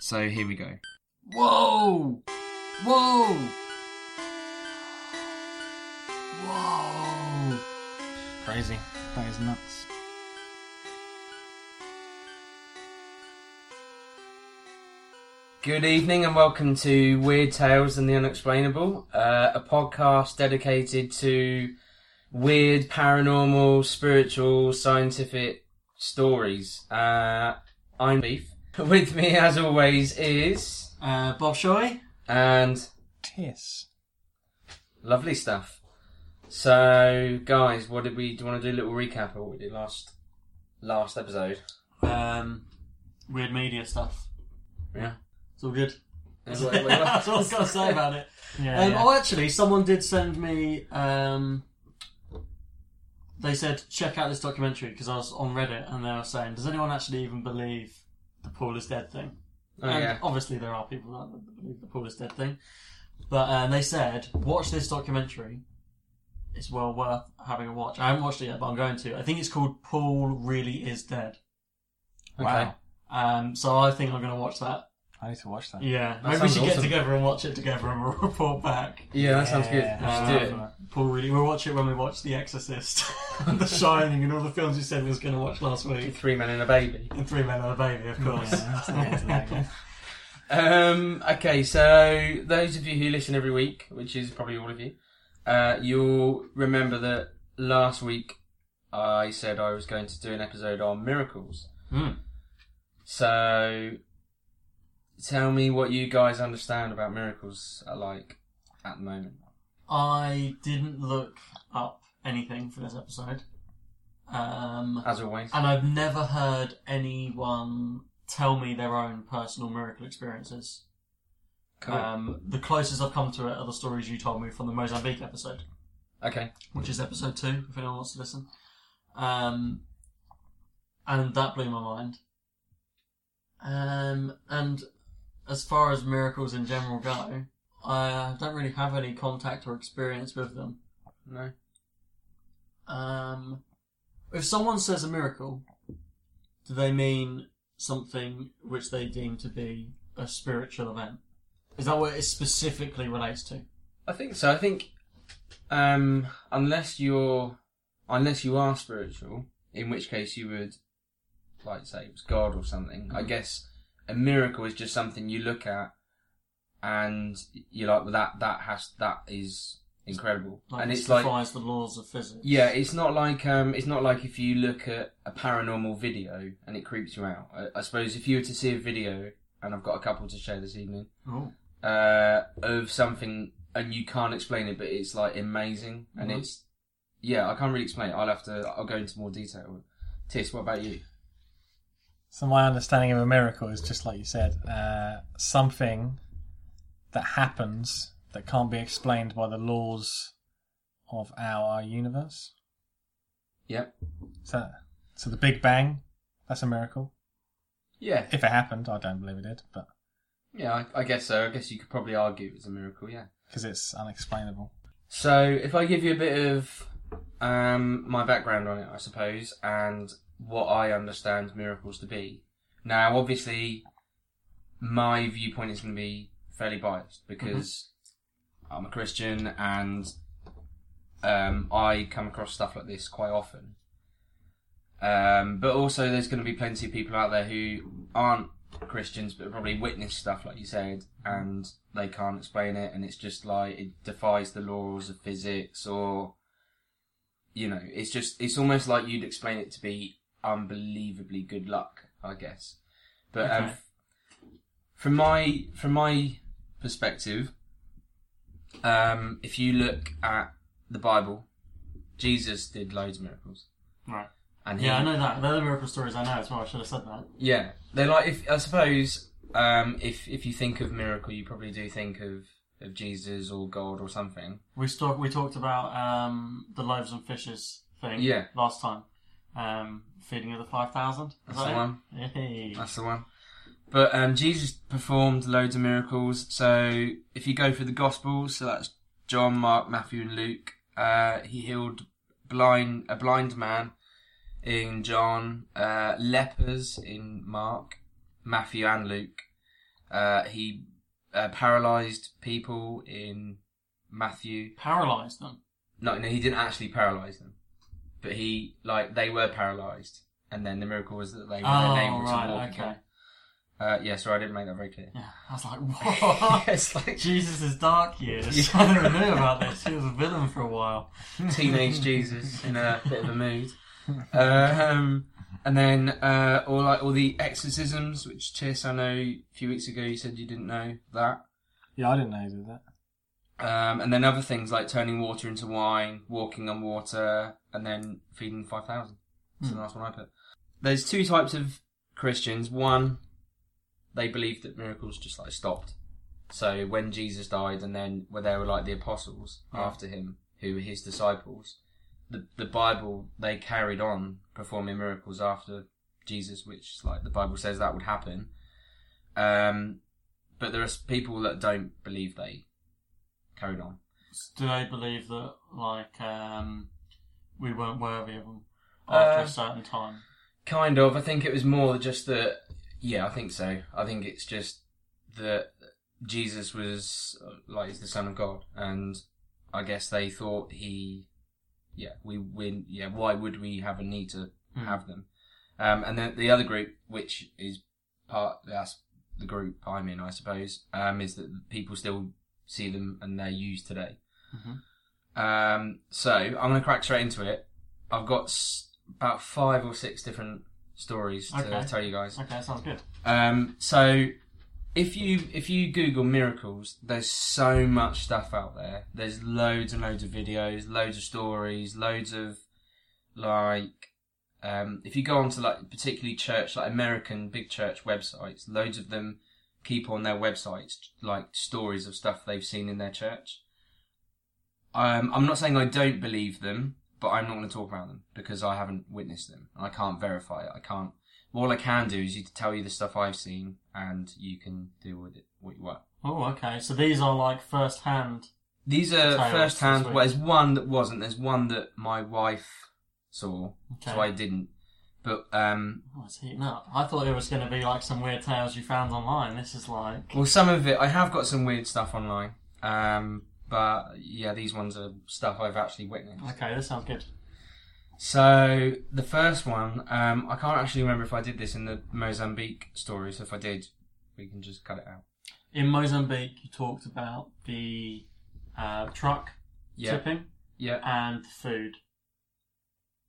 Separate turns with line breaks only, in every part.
So here we go. Whoa! Whoa! Whoa!
Crazy.
That is nuts.
Good evening and welcome to Weird Tales and the Unexplainable, uh, a podcast dedicated to weird, paranormal, spiritual, scientific stories. Uh, I'm Beef. With me, as always, is
Uh, Bolshoi?
and
Tiss.
lovely stuff. So, guys, what did we do? You want to do a little recap of what we did last last episode?
Um, weird media stuff.
Yeah.
It's all good.
That's what- what-
That's all I've got to say about it.
Yeah,
um,
yeah.
Oh, actually, someone did send me. Um, they said check out this documentary because I was on Reddit and they were saying, does anyone actually even believe the Paul is dead thing?
Oh,
and
yeah.
obviously there are people out there that believe the Paul is dead thing, but um, they said watch this documentary. It's well worth having a watch. I haven't watched it yet, but I'm going to. I think it's called Paul Really Is Dead.
Okay.
Um, so I think I'm going to watch that.
I need to watch that.
Yeah,
That
maybe we
sounds
should get
awesome.
together and watch it together and we'll report back.
Yeah, that sounds good.
Yeah.
We should
Um,
do it.
Paul really, we'll watch it when we watch The Exorcist, and The Shining, and all the films we said we was going to watch last week.
Three men and a baby.
And Three Men and a Baby, of course.
Um, okay, so those of you who listen every week, which is probably all of you, uh, you'll remember that last week I said I was going to do an episode on miracles.
Hmm.
So tell me what you guys understand about miracles are like at the moment.
I didn't look up anything for this episode, um,
As always.
and I've never heard anyone tell me their own personal miracle experiences.
Cool.
Um, the closest I've come to it are the stories you told me from the Mozambique episode. uh,
okay.
which is episode two, if anyone wants to listen. Um, and that blew my mind. Um, and as far as miracles in general go, I uh, don't really have any contact or experience with them.
No.
Um, if someone says a miracle, do they mean something which they deem to be a spiritual event? Is that what it specifically relates to?
I think so. I think um, unless you're unless you are spiritual, in which case you would like say it was God or something. I guess a miracle is just something you look at and you're like, well, that that has that is incredible,
Like
and
it
it's like
defies the laws of physics.
yeah, it's not like um, it's not like if you look at a paranormal video and it creeps you out. I, I suppose if you were to see a video, and I've got a couple to share this evening
Ooh.
uh, of something and you can't explain it, but it's like amazing and
Mhm.
it's yeah, I can't really explain it. I'll have to. I'll go into more detail. Tis, what about you?
So my understanding of a miracle is just like you said, uh, something that happens that can't be explained by the laws of our universe.
Yep.
So, so the Big Bang, that's a miracle.
Yeah.
If it happened, I don't believe it did, but
Yeah. I, I guess so. I guess you could probably argue it's a miracle. Yeah.
because it's unexplainable.
So if I give you a bit of um, my background on it, I suppose, and what I understand miracles to be. Now, obviously, my viewpoint is going to be fairly biased because I'm a Christian and um, I come across stuff like this quite often. Um, but also, there's going to be plenty of people out there who aren't Christians but probably witness stuff, like you said, and they can't explain it, and it's just like it defies the laws of physics, or you know, it's just it's almost like you'd explain it to be unbelievably good luck, I guess. But um,
Okay.
f- from my from my perspective, um, if you look at the Bible, Jesus did loads of miracles.
Right.
And he,
Yeah, I know that. They're the miracle stories I know as well. I should have said that.
Yeah, they like. If I suppose, um, if if you think of miracle, you probably do think of of Jesus or God or something.
We talked. We talked about um, the loaves and fishes thing.
Yeah.
Last time, um, feeding of the five thousand.
That's the one.
Hey.
That's the one. But um, Jesus performed loads of miracles. So if you go through the Gospels, so that's John, Mark, Matthew, and Luke. Uh, he healed blind a blind man in John, uh, lepers in Mark, Matthew, and Luke. Uh, he uh, paralyzed people in Matthew.
Paralyzed them.
No, no, he didn't actually paralyze them, but he like they were paralyzed, and then the miracle was that they were then
Oh
able to walk
right. Okay.
again. Uh, yeah, sorry, I didn't make that very clear.
Yeah. I was like, what?
it's like
Jesus' dark years.
Yeah.
I never knew about this. He was a villain for a while.
teenage Jesus in a bit of a mood. Um, and then uh, all like all the exorcisms, which Chase, I know a few weeks ago you said you didn't know that.
Yeah, I didn't know he did that.
Um, and then other things like turning water into wine, walking on water, and then feeding 5,000. That's the last one I put. There's two types of Christians. One, they believe that miracles just like stopped. So when Jesus died, and then where there were like the apostles after him, who were his disciples, the the Bible they carried on performing miracles after Jesus, which is like the Bible says that would happen. Um, but there are s- people that don't believe they carried on.
Do they believe that like um, we weren't worthy of them after
Uh,
a certain time?
Kind of. I think it was more just that. Yeah, I think so. I think it's just that Jesus was uh, like he's the Son of God, and I guess they thought he, yeah, we win. Yeah, why would we have a need to
Hmm.
have them? Um, and then the other group, which is part that's the group I'm in, I suppose, um, is that people still see them and they're used today.
Mm-hmm.
Um, so I'm going to crack straight into it. I've got s- about five or six different stories to
Okay.
tell you guys.
Okay, sounds good.
Um, so if you if you Google miracles, there's so much stuff out there. There's loads and loads of videos, loads of stories, loads of like um, if you go onto like particularly church like American big church websites, loads of them keep on their websites like stories of stuff they've seen in their church. Um, I'm not saying I don't believe them, but I'm not going to talk about them because I haven't witnessed them and I can't verify it. I can't. All I can do is you tell you the stuff I've seen, and you can do with it what you want.
Oh, okay. So these are like first hand.
These are
Tales,
first hand.
that's
Well,
right.
there's one that wasn't. There's one that my wife saw, so
Okay.
I didn't. But um,
Oh, it's heating up. I thought it was going to be like some weird tales you found online. This is like.
well, some of it I have got some weird stuff online. Um, but yeah, these ones are stuff I've actually witnessed.
Okay, this sounds good.
So the first one, um, I can't actually remember if I did this in the Mozambique story. So if I did, we can just cut it out.
In Mozambique, you talked about the uh, truck
Yeah,
tipping
yeah.
and the food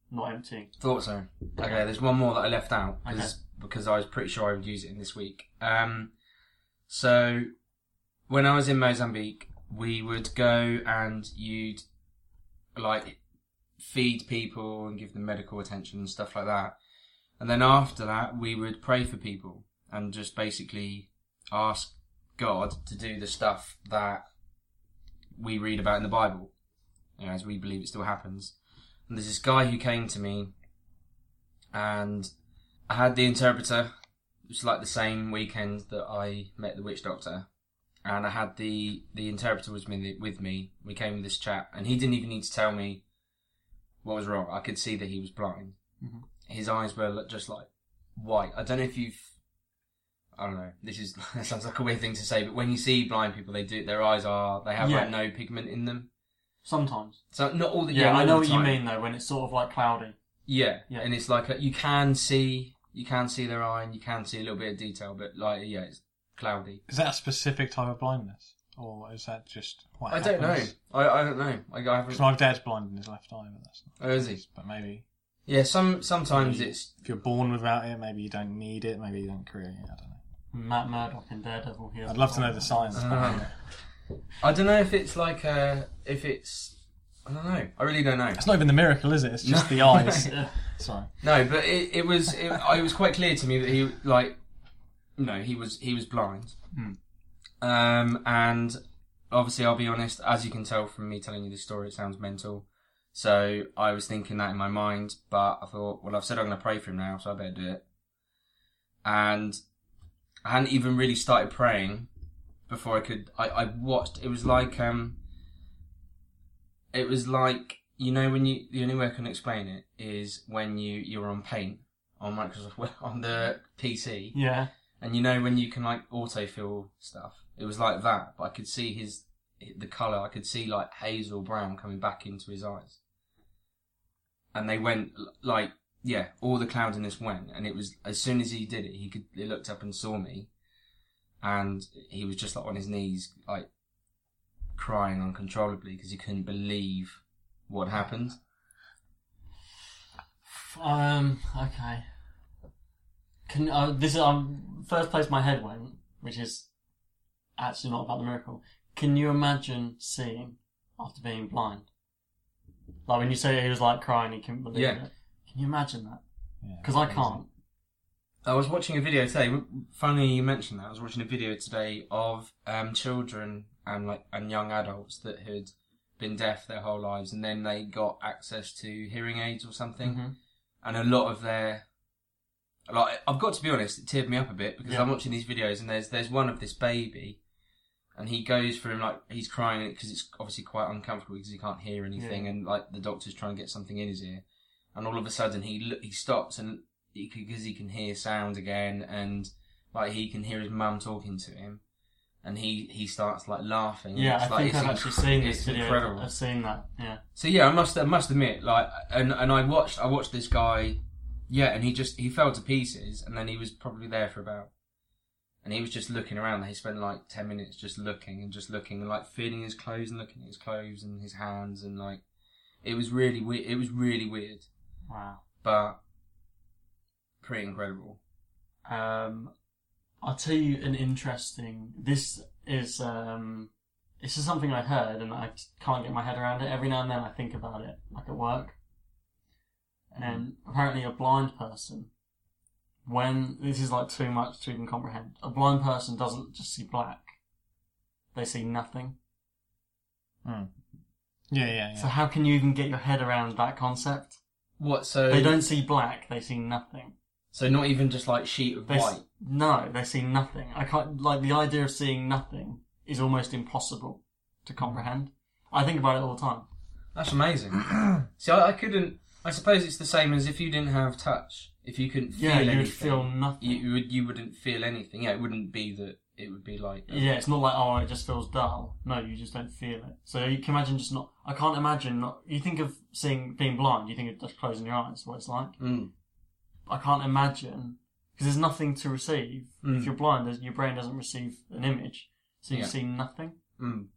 not emptying.
Thought so. Okay, there's one more that I left out
Okay.
'cause- because I was pretty sure I would use it in this week. Um, so when I was in Mozambique, we would go and you'd like feed people and give them medical attention and stuff like that. And then after that, we would pray for people and just basically ask God to do the stuff that we read about in the Bible, you know, as we believe it still happens. And there's this guy who came to me and I had the interpreter. It was like the same weekend that I met the witch doctor, and I had the the interpreter was with me. With me, we came with this chap, and he didn't even need to tell me what was wrong. I could see that he was blind.
Mm-hmm.
His eyes were li- just like white. I don't know if you've. I don't know. This is that sounds like a weird thing to say, but when you see blind people, they do their eyes are they have like
Yeah.
no pigment in them.
Sometimes.
So not all the
Yeah,
not
I
all
know
the
what you
time.
mean though. When it's sort of like cloudy.
Yeah,
Yeah.
and it's like a, you can see you can see their eye and you can see a little bit of detail, but like yeah, it's cloudy.
Is that a specific type of blindness, or is that just what
I don't know. I, I don't know. Like, I
Because
haven't.
my dad's blind in his left eye, but that's not.
Oh, is he?
But maybe
Yeah, some sometimes it's
if you're born without it, maybe you don't need it. Maybe you don't create it. I don't know.
Matt Murdock in Daredevil. He has
I'd love to know the science. behind it.
I don't know if it's like uh if it's I don't know. I really don't know.
It's not even the miracle, is it? It's just
No.
the eyes.
Yeah.
Sorry.
No, but it, it was it, it was quite clear to me that he like no he was he was blind. Um, and obviously I'll be honest, as you can tell from me telling you this story, it sounds mental. So I was thinking that in my mind, but I thought, well, I've said I'm going to pray for him now, so I better do it. And I hadn't even really started praying before I could. I, I watched. It was like um. It was like you know when you the only way I can explain it is when you you're on Paint on Microsoft Word- on the PC
yeah.
and you know when you can like autofill stuff, it was like that. But I could see his the color. I could see like hazel brown coming back into his eyes, and they went l- like yeah, all the cloudiness went, and it was as soon as he did it, he could he looked up and saw me, and he was just like on his knees like crying uncontrollably because he couldn't believe what happened.
Um. Okay. Can uh, this is um, first place my head went, which is actually not about the miracle. Can you imagine seeing after being blind? Like when you say he was like crying, he couldn't believe
Yeah.
it. Can you imagine that?
Yeah.
Because I can't.
I was watching a video today. Funny you mentioned that. I was watching a video today of um, children and like and young adults that had been deaf their whole lives, and then they got access to hearing aids or something.
Mhm.
And a lot of their, like I've got to be honest, it teared me up a bit because
Yeah.
I'm watching these videos and there's there's one of this baby, and he goes for him like he's crying because it's obviously quite uncomfortable because he can't hear anything,
Yeah.
and like the doctor's trying to get something in his ear, and all of a sudden he look, he stops and he because he can hear sound again and like he can hear his mum talking to him and he he starts like laughing and
Yeah,
it's,
I
like,
think
it's
I've actually
incre-
seen this
it's
video.
incredible
I've seen that. Yeah.
so yeah i must i must admit like and and i watched i watched this guy yeah and he just he fell to pieces and then he was probably there for about and he was just looking around he spent like 10 minutes just looking and just looking and like feeling his clothes and looking at his clothes and his hands and like it was really weird it was really weird
Wow.
but pretty incredible
Um, I'll tell you an interesting. This is um, this is something I heard and I can't get my head around it. Every now and then I think about it, like at work. And apparently, a blind person, when this is like too much to even comprehend, a blind person doesn't just see black; they see nothing.
Hmm. Yeah, yeah, yeah.
So how can you even get your head around that concept?
What? So
They don't see black; they see nothing.
So not even just like sheet of
They s-
white.
no, they see nothing. I can't like the idea of seeing nothing is almost impossible to comprehend. I think about it all the time.
That's amazing. See, I, I couldn't. I suppose it's the same as if you didn't have touch. If you couldn't feel
Yeah, you
anything,
would feel nothing.
You, you would. You wouldn't feel anything. Yeah, it wouldn't be that. It would be like.
Yeah, it's not like oh, it just feels dull. No, you just don't feel it. So you can imagine just not. I can't imagine not. You think of seeing being blind. You think of just closing your eyes. What it's like.
Mm.
I can't imagine because there's nothing to receive.
Mm.
If you're blind, there's, your brain doesn't receive an image, so you
Yeah.
see nothing.
Mm.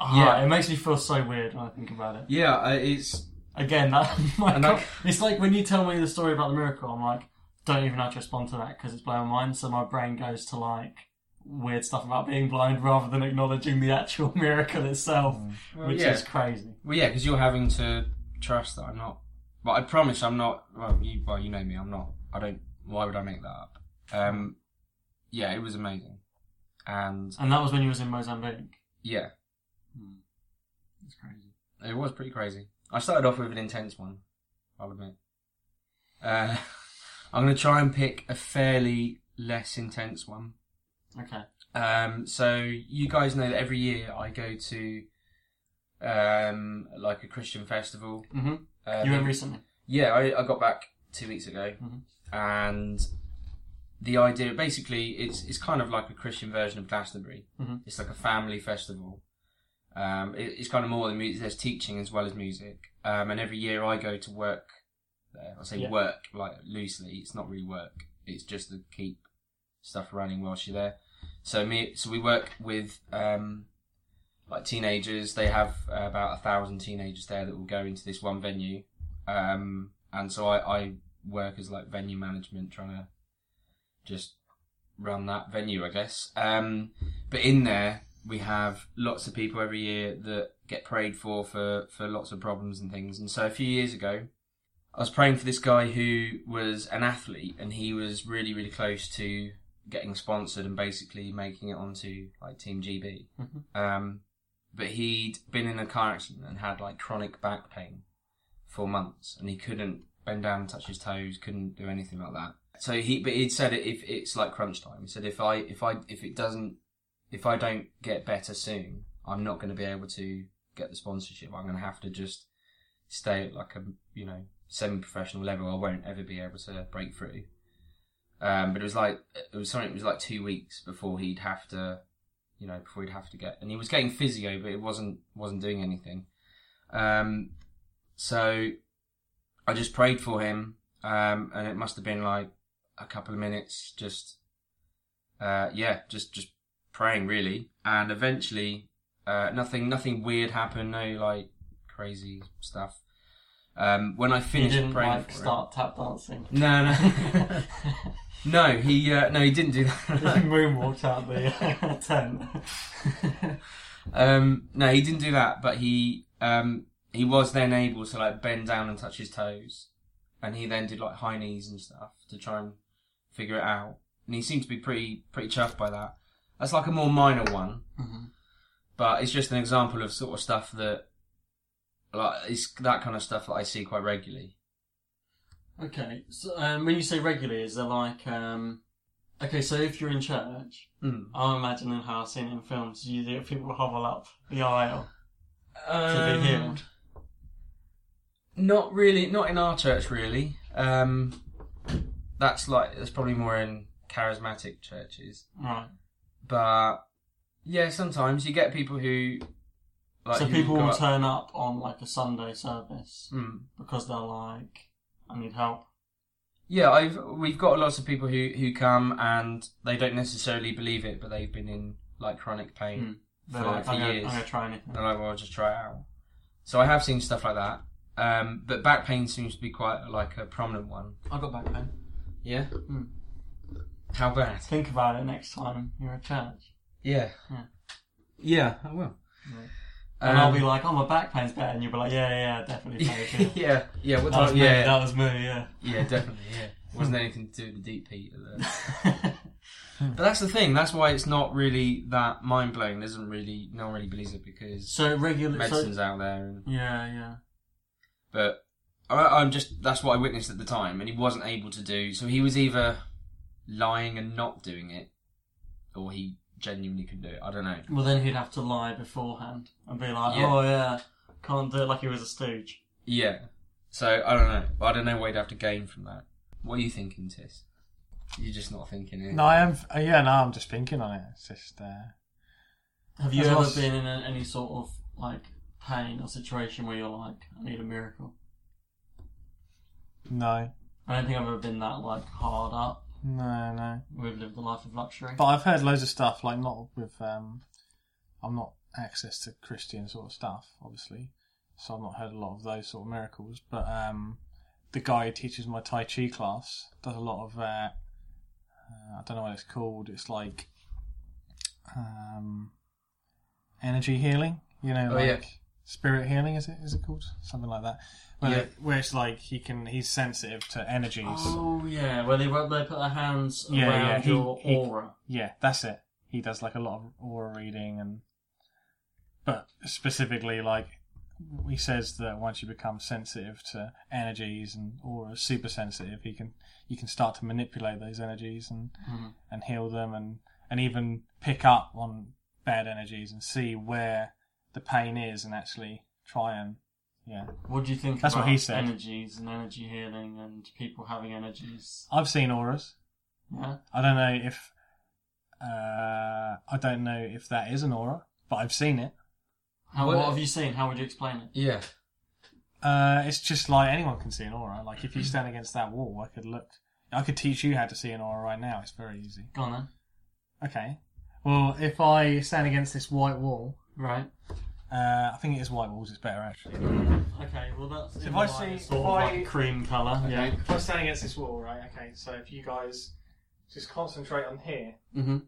Ah, it makes me feel so weird when I think about it.
Yeah. I, it's.
Again, that, my
And
God,
that-
it's like when you tell me the story about the miracle, I'm like, don't even know how to respond to that because it's blowing my mind. So my brain goes to like weird stuff about being blind rather than acknowledging the actual miracle itself,
Mm. Well,
which
yeah.
is crazy.
Well, yeah, because you're having to trust that I'm not. But I promise I'm not. Well, you. Well, you know me. I'm not. I don't. Why would I make that up? Um. Yeah, it was amazing. And
And that was when you was in Mozambique.
yeah,
It's Hmm. crazy.
It was pretty crazy. I started off with an intense one, I'll admit. Uh, I'm going to try and pick a fairly less intense one.
Okay.
Um, so you guys know that every year I go to um, like a Christian festival.
hmm
Uh,
you went recently.
yeah, I, I got back two weeks ago,
Mhm.
and the idea basically it's it's kind of like a Christian version of Glastonbury.
Mhm.
It's like a family festival. Um, it, it's kind of more than music. There's teaching as well as music, um, and every year I go to work there. I say
Yeah.
work like loosely. It's not really work. It's just to keep stuff running whilst you're there. So me, so we work with um, like teenagers. They have uh, about a thousand teenagers there that will go into this one venue, um, and so I, I work as like venue management, trying to just run that venue, I guess. Um, but in there, we have lots of people every year that get prayed for for for lots of problems and things. And so a few years ago, I was praying for this guy who was an athlete, and he was really really close to getting sponsored and basically making it onto like Team GB. Um, but he'd been in a car accident and had like chronic back pain for months, and he couldn't bend down and touch his toes, couldn't do anything like that. So he, but he'd said it if it's like crunch time. He said if I if I if it doesn't if I don't get better soon, I'm not going to be able to get the sponsorship. I'm going to have to just stay at like a you know semi-professional level. I won't ever be able to break through. Um, but it was like it was something. It was like two weeks before he'd have to, you know, before he'd have to get. And he was getting physio, but it wasn't wasn't doing anything. Um, so I just prayed for him, um, and it must have been like a couple of minutes, just uh, yeah, just just praying really. And eventually, uh, nothing nothing weird happened. No like crazy stuff. Um, when I
You
finished
didn't
praying,
like
for him-
start tap dancing.
no, no, no. He uh, no, he didn't do that. No.
Moonwalked out the uh, tent.
Um, no, he didn't do that, but he um, he was then able to like bend down and touch his toes, and he then did like high knees and stuff to try and figure it out. And he seemed to be pretty pretty chuffed by that. That's like a more minor one, but it's just an example of sort of stuff that like it's that kind of stuff that I see quite regularly.
Okay, so um, when you say regularly, is there like um, okay? So if you're in church,
Mm.
I'm imagining how I've seen it in films. You do people hobble up the aisle to
Um,
be healed.
Not really, not in our church really. Um, that's like that's probably more in charismatic churches.
Right.
But yeah, sometimes you get people who like
so
who
people
go
will
up-
turn up on like a Sunday service
Hmm.
because they're like, I need help.
Yeah, I've we've got lots of people who who come and they don't necessarily believe it, but they've been in like chronic pain.
Hmm. They're
For-
like,
for
I'm gonna, I'm
years.
gonna try anything.
They're like, well, I'll just try it out. So I have seen stuff like that. Um, but back pain seems to be quite like a prominent one.
I got back pain.
Yeah.
Hmm.
How bad?
Think about it next time you're at church,
Yeah.
Yeah.
Yeah, I will.
Hmm.
Um,
and I'll be like, "Oh, my back pain's better," and you'll be like, "Yeah, yeah, yeah definitely." pain, yeah.
yeah, yeah, what
That was
time?
me. That
Yeah,
was me. Yeah.
yeah, definitely. Yeah, wasn't
Hmm.
anything to do with the deep heat. at the- But that's the thing. That's why it's not really that mind blowing. Doesn't really, no one really believes it because
so regular. So,
medicines out there. And,
yeah, yeah.
but I, I'm just that's what I witnessed at the time, and he wasn't able to do. So he was either lying and not doing it, or he genuinely couldn't do it. I don't know.
Well, then he'd have to lie beforehand and be like,
Yeah.
"Oh yeah, can't do it," like he was a stooge.
Yeah. So I don't know. I don't know what he'd have to gain from that. What are you thinking, Tis? You're just not thinking it.
No, I am. Uh, yeah, no, I'm just thinking on it. It's just. Uh,
Have you
That's
ever
us.
been in a, any sort of like pain or situation where you're like, "I need a miracle"?
no,
I don't think I've ever been that like hard up.
no, no.
We've lived a life of luxury.
But I've heard loads of stuff, like not with um I'm not access to Christian sort of stuff, obviously. So I've not heard a lot of those sort of miracles. But um the guy who teaches my Tai Chi class does a lot of uh, uh I don't know what it's called, it's like um energy healing, you know,
Oh,
like
yeah.
spirit healing is it is it called? Something like that. Where,
Yeah.
they- where it's like he can he's sensitive to energies.
oh yeah, where they rub, they put their hands
Yeah,
around
yeah, he-
your
he-
aura.
Yeah, that's it. He does like a lot of aura reading and but specifically like he says that once you become sensitive to energies and aura super sensitive, he can you can start to manipulate those energies and and heal them and and even pick up on bad energies and see where the pain is and actually try and yeah.
What do you think
That's what
about
he said.
energies and energy healing and people having energies?
I've seen auras.
Yeah.
I don't know if uh, I don't know if that is an aura, but I've seen it.
How,
Well,
what have you seen? How would you explain it?
Yeah.
Uh, it's just like anyone can see an aura. Like
Mm-hmm.
if you stand against that wall, I could look. I could teach you how to see an aura right now. It's very easy.
Go on
Okay. Well, if I stand against this white wall,
then. Right.
uh, I think it is white walls. It's better actually.
Okay, well that's
If I see-
sort of
if I-
like cream colour. Yeah.
If I stand against this wall, right? Okay. So if you guys just concentrate on here,
Mm-hmm.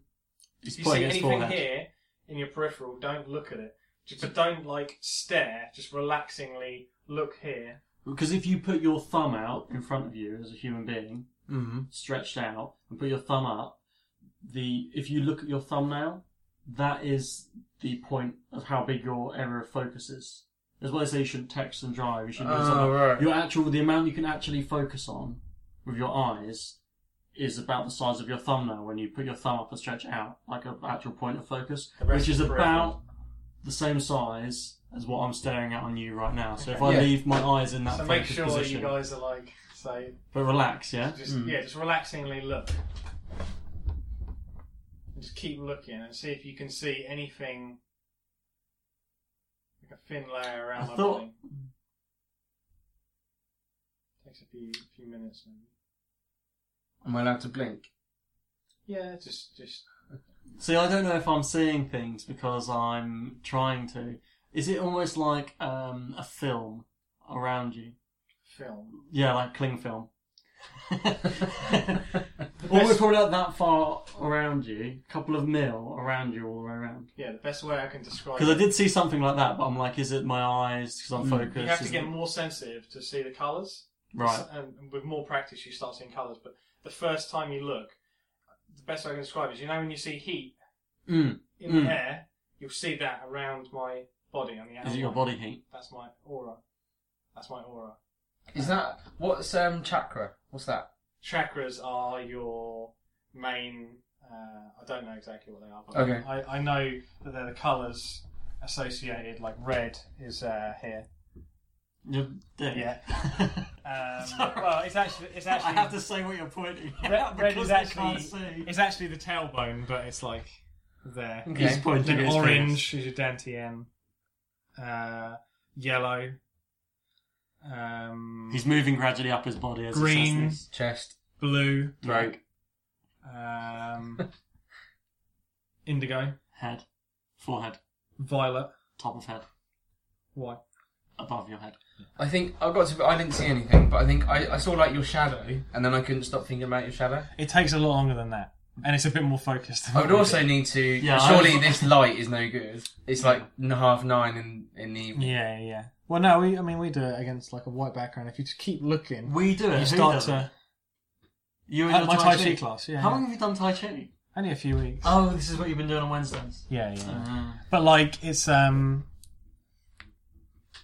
if you see anything here in your peripheral, don't look at it. Just but don't like stare. Just relaxingly look here.
Because if you put your thumb out in front of you as a human being,
Mm-hmm.
stretched out, and put your thumb up, the if you look at your thumbnail, that is the point of how big your area of focus is. That's why I say you shouldn't text and drive. You should do
Ah,
Oh,
something.
right.
Your actual the amount you can actually focus on with your eyes is about the size of your thumbnail when you put your thumb up and stretch it out like an actual point of focus,
The rest
which
is
is
peripheral.
about the same size as what I'm staring at on you right now. So if I
Yeah.
leave my eyes in that
so make
focus
sure
position,
you guys are like say
but relax, yeah. Mm.
just yeah, just relaxingly look. And just keep looking and see if you can see anything like a thin layer around
I
the
thought-
thing. Takes a few few minutes maybe.
Am I allowed to blink?
Yeah, just just
See, I don't know if I'm seeing things because I'm trying to. Is it almost like um, a film around you?
film.
Yeah, like cling film. almost probably like that far around you, a couple of mil around you all the way around.
Yeah, the best way I can describe
Because I
it.
did see something like that, but I'm like, is it my eyes? Because I'm focused.
Mm. You have to
is
get
it-
more sensitive to see the colours.
right.
S- And and with more practice, you start seeing colours. But the first time you look, the best way I can describe it is you know when you see heat
Mm.
in
Mm.
the air, you'll see that around my body on the outside.
Is it your body heat?
That's my aura. That's my aura.
Is that what's um chakra? What's that?
Chakras are your main. Uh, I don't know exactly what they are, but
Okay.
I, I know that they're the colours associated. Like red is uh, here.
Your dick.
Yeah. Um,
Sorry.
well, it's actually it's actually
I have to say what you're pointing
Re-
at
red
because
is
I
actually
can't see.
it's actually the tailbone, but it's like there.
Okay.
He's pointing
Then
at his
orange is your dantian. Uh, yellow. Um,
penis. He's moving gradually up his body as he says
Green.
this.
Chest,
blue.
throat,
Um, indigo,
Head, forehead,
violet,
top of head,
white.
above your head.
I think I got to. I didn't see anything, but I think I, I saw like your shadow, and then I couldn't stop thinking about your shadow.
It takes a lot longer than that, and it's a bit more focused. Than
I would also need to.
Yeah, I
surely
was-
this light is no good. It's like n- half nine in in the evening.
Yeah, yeah. Well, no, we, I mean, we do it against like a white background. If you just keep looking,
We do it.
you
Who
start
does
to.
You
At my Tai Chi class, yeah,
How
yeah.
long have you done Tai Chi?
Only a few weeks.
Oh, this is what you've been doing on Wednesdays.
Yeah, yeah.
Uh,
But like, it's um.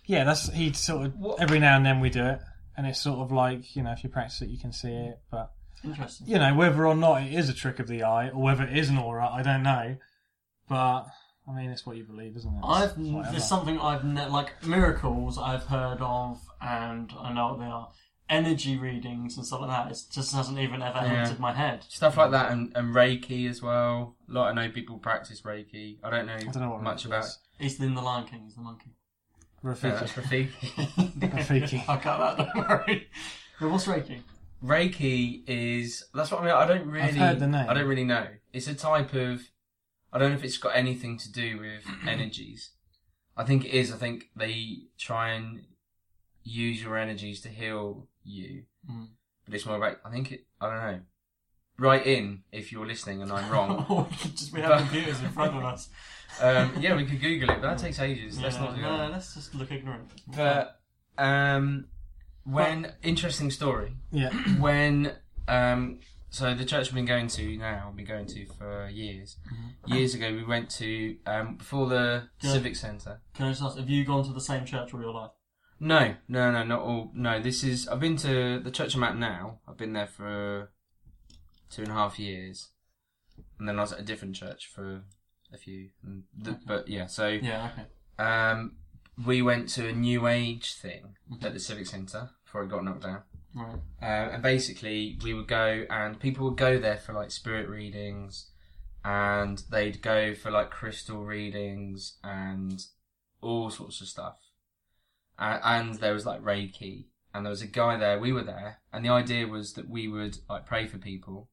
Yeah, that's he sort of
What-
every now and then we do it, and it's sort of like you know if you practice it you can see it, but
interesting.
you know, whether or not it is a trick of the eye or whether it is an aura, I don't know. But I mean, it's what you believe, isn't it?
I've
Whatever.
there's something I've ne- like miracles I've heard of and I know what they are. Energy readings and stuff like that. It just hasn't even ever
Yeah.
entered my head.
Stuff like that, and, and Reiki as well. Like I know people practice Reiki. I don't know,
I don't know what
much
Reiki
about. uh,
is.
He's in the Lion King. He's the monkey.
Yeah, that's
Rafiki.
Rafiki.
Rafiki.
I cut that. Don't worry. Now, what's Reiki?
Reiki is that's what I mean. I don't really.
heard the name.
I don't really know. It's a type of. I don't know if it's got anything to do with energies. I think it is. I think they try and use your energies to heal you,
Hmm.
Mm.
but it's more about. I think it. I don't know. Write in if you're listening and I'm wrong.
Or we could just we have computers in front of us.
um, yeah, we could Google it, but that takes ages. Let's
Yeah,
not do
no,
that.
let's just look ignorant.
But um, when interesting story.
Yeah.
when um so the church we've been going to now we've been going to for years years ago we went to um before the
Yeah.
civic center
Can I just ask, have you gone to the same church all your life?
no no no not all no this is i've been to the church i'm at now i've been there for two and a half years and then i was at a different church for a few and the, but yeah so
Yeah, okay.
um we went to a new age thing at the civic center before it got knocked down
Right.
Uh, and basically, we would go and people would go there for like spirit readings, and they'd go for like crystal readings and all sorts of stuff. A- and there was like Reiki, and there was a guy there. We were there, and the idea was that we would like pray for people.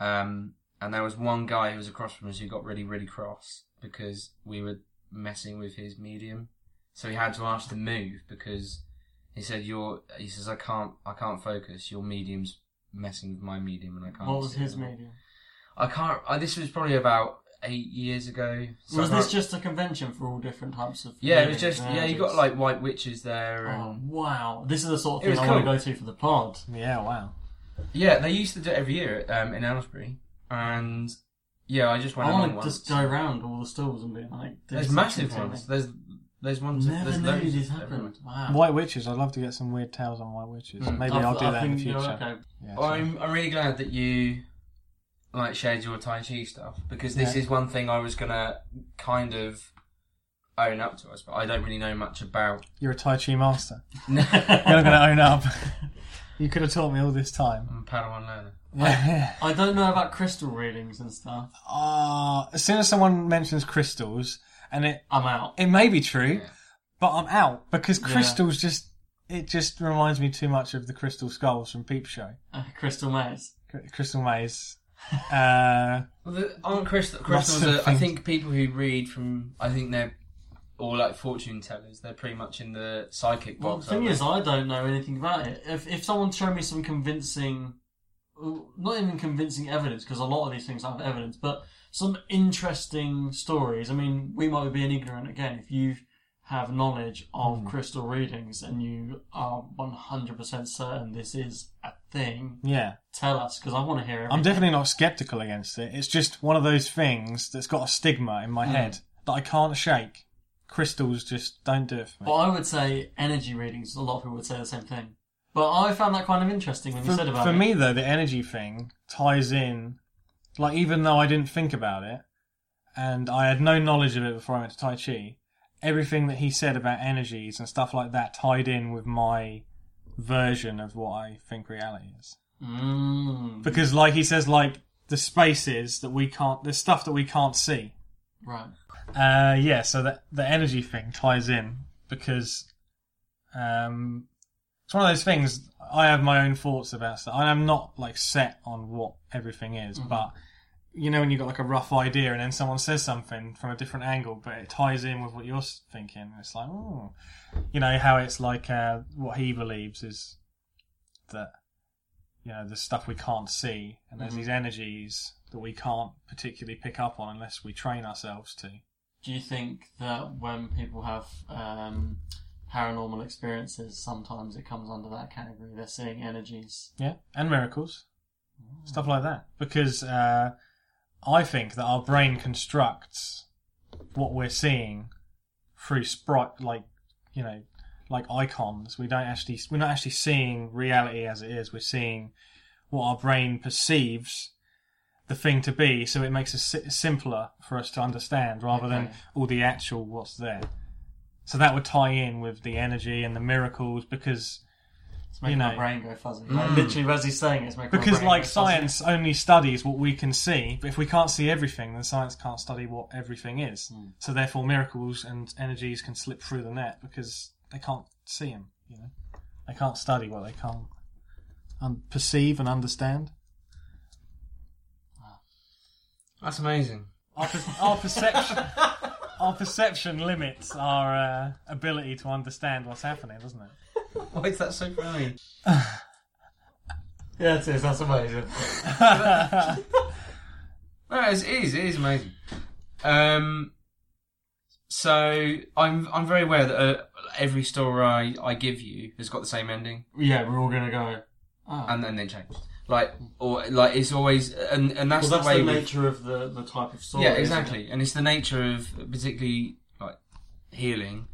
Um, and there was one guy who was across from us who got really, really cross because we were messing with his medium. So he had to ask to move because he said, "Your," he says, "I can't, I can't focus. Your medium's messing with my medium, and I can't."
What was
see
his
it."
medium?
I can't. I, this was probably about eight years ago. so
was
I
this
can't-
just a convention for all different types of?
Yeah, it was
mediums
just.
and
Yeah, you got
energies?
like white witches there. And,
Oh, wow, this is the sort of
It
thing
was
I want to
cool.
go to for the pod.
Yeah, wow.
Yeah, they used to do it every year um, in Aylesbury, and yeah, I just went
I
along
want to
once.
just go around all the stalls and be like,
there's
something
massive
to me.
ones. There's there's ones.
Never
there's
knew
loads
this
everywhere.
happened. Wow.
White witches. I'd love to get some weird tales on white witches.
Mm.
Maybe
I-
I'll do
I
that in the
think you're
future.
okay.
Yeah, so-
Hmm. I'm I'm really glad that you like shared your Tai Chi stuff because this
Yeah.
is one thing I was gonna kind of own up to us, but I don't really know much about.
You're a Tai Chi master. You're not going to own up. you could have taught me all this time.
I'm a Padawan learner.
Yeah.
I don't know about crystal readings and stuff.
Ah, as soon as someone mentions crystals, and it
I'm out.
it may be true, but I'm out because crystals just it just reminds me too much of the crystal skulls from Peep Show,
Uh, crystal maze.
Cr- Crystal Maze. Uh,
Well, the, aren't crystal, crystals?
Lots
Are,
of
I
things.
think people who read from, I think they're all like fortune tellers. They're pretty much in the psychic
Well,
box.
the thing
aren't
is,
they?
I don't know anything about it. If if someone showed me some convincing, not even convincing evidence, because a lot of these things have evidence, but some interesting stories. I mean, we might be an ignorant again. If you have knowledge of
Hmm.
crystal readings and you are one hundred percent certain this is a thing,
yeah,
tell us because I want to hear. Everything.
I'm definitely not skeptical against it. It's just one of those things that's got a stigma in my head that I can't shake. Crystals just don't do it for me.
But I would say energy readings. A lot of people would say the same thing. But I found that kind of interesting when you
for,
said about
for
it.
me though the energy thing ties in like even though i didn't think about it and i had no knowledge of it before i went to tai chi everything that he said about energies and stuff like that tied in with my version of what i think reality is
Mm,
because like he says like the spaces that we can't there's stuff that we can't see
right.
uh, yeah, so that the energy thing ties in because um, it's one of those things. I have my own thoughts about stuff. and I'm not like set on what everything is, but you know when you got like a rough idea and then someone says something from a different angle, but it ties in with what you're s- thinking. and It's like, oh, you know how it's like uh, what he believes is that you know there's stuff we can't see, and there's these energies that we can't particularly pick up on unless we train ourselves to.
Do you think that when people have um, paranormal experiences, sometimes it comes under that category? They're seeing energies.
Yeah, and miracles, stuff like that. Because uh, I think that our brain constructs what we're seeing through sprite, like you know, like icons. We don't actually, we're not actually seeing reality as it is. We're seeing what our brain perceives the thing to be, so it makes it si- simpler for us to understand rather than
Okay.
all the actual what's there. So that would tie in with the energy and the miracles because
It's making
You
my
know.
brain go fuzzy.
Mm.
Like, literally, as he's saying it, it's making my
because
brain
like
go fuzzy.
science only studies what we can see but if we can't see everything then science can't study what everything is
Hmm.
so therefore miracles and energies can slip through the net because they can't see them you know they can't study what they can't um, perceive and understand
That's amazing.
our, per- our perception our perception limits our uh, ability to understand what's happening doesn't it
Why is that so funny?
Yeah, it is. That's amazing.
No, it is. It is, it is amazing. Um, so I'm I'm very aware that uh, every story I, I give you has got the same ending.
yeah, we're all gonna go. Ah.
and then they changed. Like or like it's always and and that's
well, that's
the way
the
with-
nature of the, the type of story.
yeah
isn't it?
exactly, and it's the nature of particularly like healing.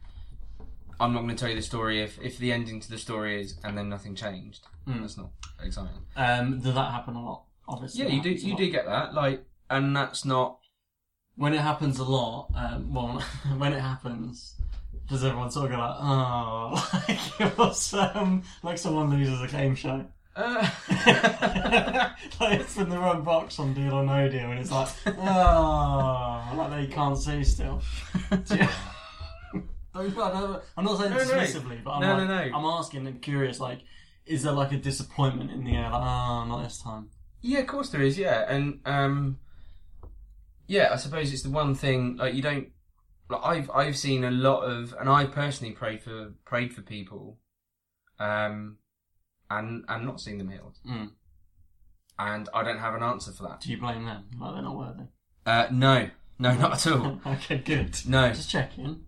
I'm not going to tell you the story if if the ending to the story is and then nothing changed. That's not exciting.
Um, does that happen a lot? Obviously,
Yeah,
it
you do
happens a
you
lot.
do get that like, and that's not
when it happens a lot, um, well, when it happens, does everyone sort of go like, oh, like it was um, like someone loses a game show? like it's in the wrong box on Deal or No Deal, and it's "Ah," like, oh, like they can't see still. Do you- Don't, no, no, I'm not saying
No, no.
dismissively, but I'm
No,
like,
no, no.
I'm asking and curious. Like, is there like a disappointment in the air? Like, ah, not this time.
Yeah, of course there is. Yeah, and um, yeah, I suppose it's the one thing like you don't. Like I've I've seen a lot of, and I personally prayed for prayed for people, um, and and not seen them healed,
Mm.
and I don't have an answer for that.
Do you blame them? Like, they're not worthy.
Uh, no, no, not at all.
okay, good.
No.
just checking.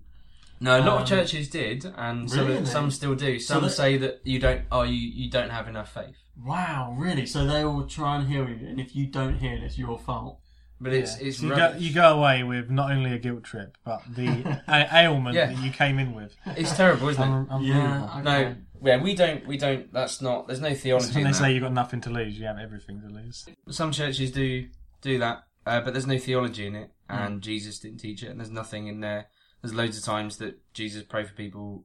No, a lot
Um,
of churches did, and
Really?
some some still do.
So
Some
that-
say that you don't. Oh, you, you don't have enough faith.
Wow, really? So they will try and heal you, and if you don't heal, it's your fault.
But it's
Yeah.
it's
So you, go,
rubbish.
you go away with not only a guilt trip, but the a- ailment
Yeah.
that you came in with.
It's terrible, isn't it?
Un- unbelievable.
Yeah.
No, yeah, we don't. We don't. That's not. There's no theology.
When
in
they
that.
say you've got nothing to lose, you have everything to lose.
some churches do do that, uh, but there's no theology in it, and Jesus didn't teach it, and there's nothing in there. There's loads of times that Jesus prayed for people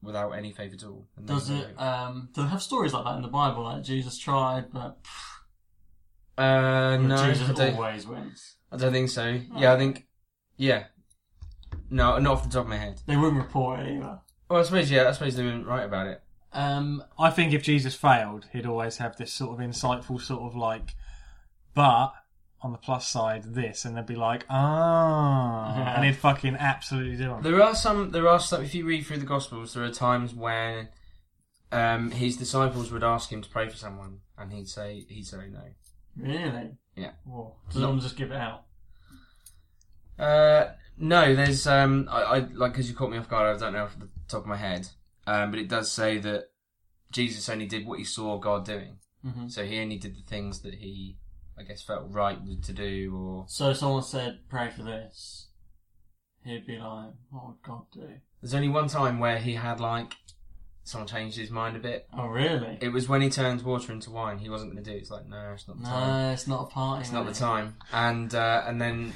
without any faith at all. And
Does
they-
it? Um, do they have stories like that in the Bible? Like Jesus tried, but
Uh,
but
no,
Jesus
I don't,
always wins.
I don't think so.
Hmm.
Yeah, I think, yeah, no, not off the top of my head.
They wouldn't report it either.
Well, I suppose yeah, I suppose they weren't right about it.
Um,
I think if Jesus failed, he'd always have this sort of insightful sort of like, but on the plus side, this, and they'd be like, ah,
Yeah.
and he'd fucking absolutely do it.
There are some. There are some. If you read through the Gospels, there are times when um, his disciples would ask him to pray for someone, and he'd say he'd say no.
really?
Yeah.
Whoa. Does anyone just give it out?
Uh, no, there's um, I, I like because you caught me off guard. I don't know off the top of my head, um, but it does say that Jesus only did what he saw God doing.
Mhm.
So he only did the things that he, I guess, felt right to do. Or
So if someone said, "Pray for this," he'd be like, "What would God do?"
there's only one time where he had like someone changed his mind a bit.
Oh, really?
It was when he turned water into wine. He wasn't going to do it. It's like no, it's not the time.
No, it's not a party.
It's not the
mate.
time. And uh, and then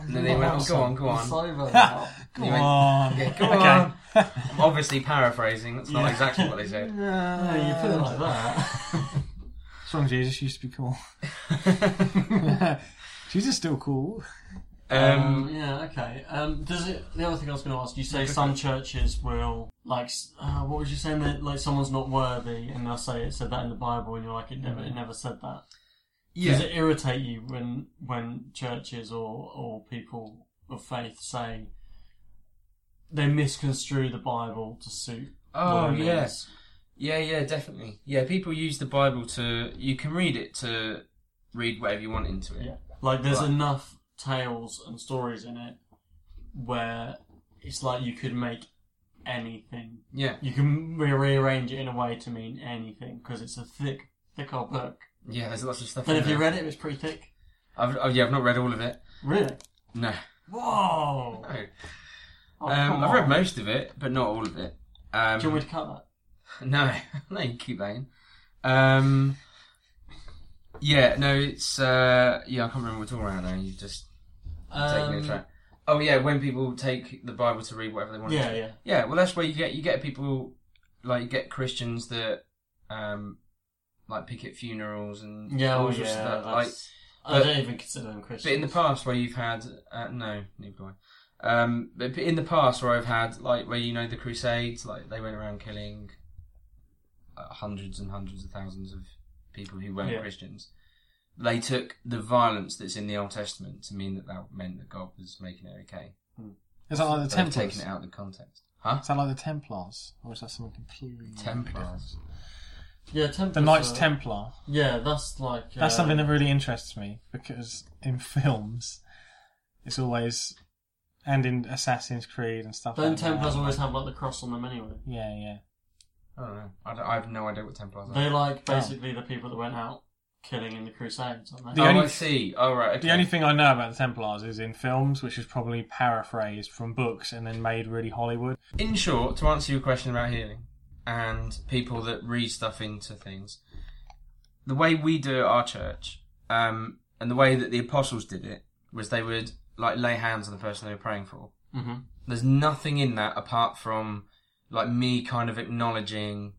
and then they went, oh, go on, go
It's
on.
over now.
Go
Anyway,
on.
yeah, go on. I'm obviously paraphrasing. That's not exactly what they said.
No, you put it like that.
What's wrong, Jesus used to be cool. Jesus is still cool.
Um,
Um, yeah, okay. Um, does it? The other thing I was going to ask, you say some churches will like, s- uh, what was you saying that like someone's not worthy, and they'll say it said that in the Bible, and you're like, it
Mm.
never, it never said that. Does it irritate you when when churches or or people of faith say they misconstrue the Bible to suit?
Oh
what it
yes.
means?
Yeah, yeah, definitely. Yeah, people use the Bible to you can read it to read whatever you want into it.
Yeah. Like there's
Right.
enough tales and stories in it where it's like you could make anything.
Yeah.
You can re- rearrange it in a way to mean anything because it's a thick, thick old book.
Yeah, there's lots of stuff.
But
in
if you
there.
read it, it's pretty thick.
I've, oh, yeah, I've not read all of it.
Really?
No.
Whoa!
No.
Oh,
um,
come
I've read
on.
most of it, but not all of it. Um,
Do you want me to cut that?
No, no, you keep that in. Um, yeah, no, it's uh, yeah, I can't remember what we're talking about now. You just take me a
Um,
track. Oh yeah, when people take the Bible to read whatever they want.
Yeah,
to.
yeah.
Yeah, well, that's where you get you get people like you get Christians that um like pick at funerals and
Yeah,
all
oh, yeah.
sorts of stuff. Like,
that's- I
but-
don't even consider them Christians.
but in the past where you've had uh, no, neither do I. Um, but in the past where I've had like where you know the Crusades, like they went around killing uh, hundreds and hundreds of thousands of people who weren't
Yeah.
Christians. They took the violence that's in the Old Testament to mean that that meant that God was making it okay.
Is that like the
They've
Templars?
taken it out of the context, huh?
Is that like the Templars? Or is that something completely
Templars.
yeah, Templars
The Knights
are-
Templar.
Yeah, that's like.
That's
uh,
something that really interests me because in films, it's always, and in Assassin's Creed and stuff.
Don't
like that.
Templars always have like the cross on them anyway?
Yeah, yeah.
I don't know. I, don't- I have no idea what Templars are.
They like
Oh.
basically the people that went out killing in the Crusades, aren't they?
The
oh,
only-
I see. All right. Okay.
The only thing I know about the Templars is in films, which is probably paraphrased from books and then made really Hollywood.
In short, to answer your question about healing and people that read stuff into things, the way we do it at our church, um, and the way that the apostles did it, was they would like lay hands on the person they were praying for.
Mm-hmm.
There's nothing in that apart from like me kind of acknowledging,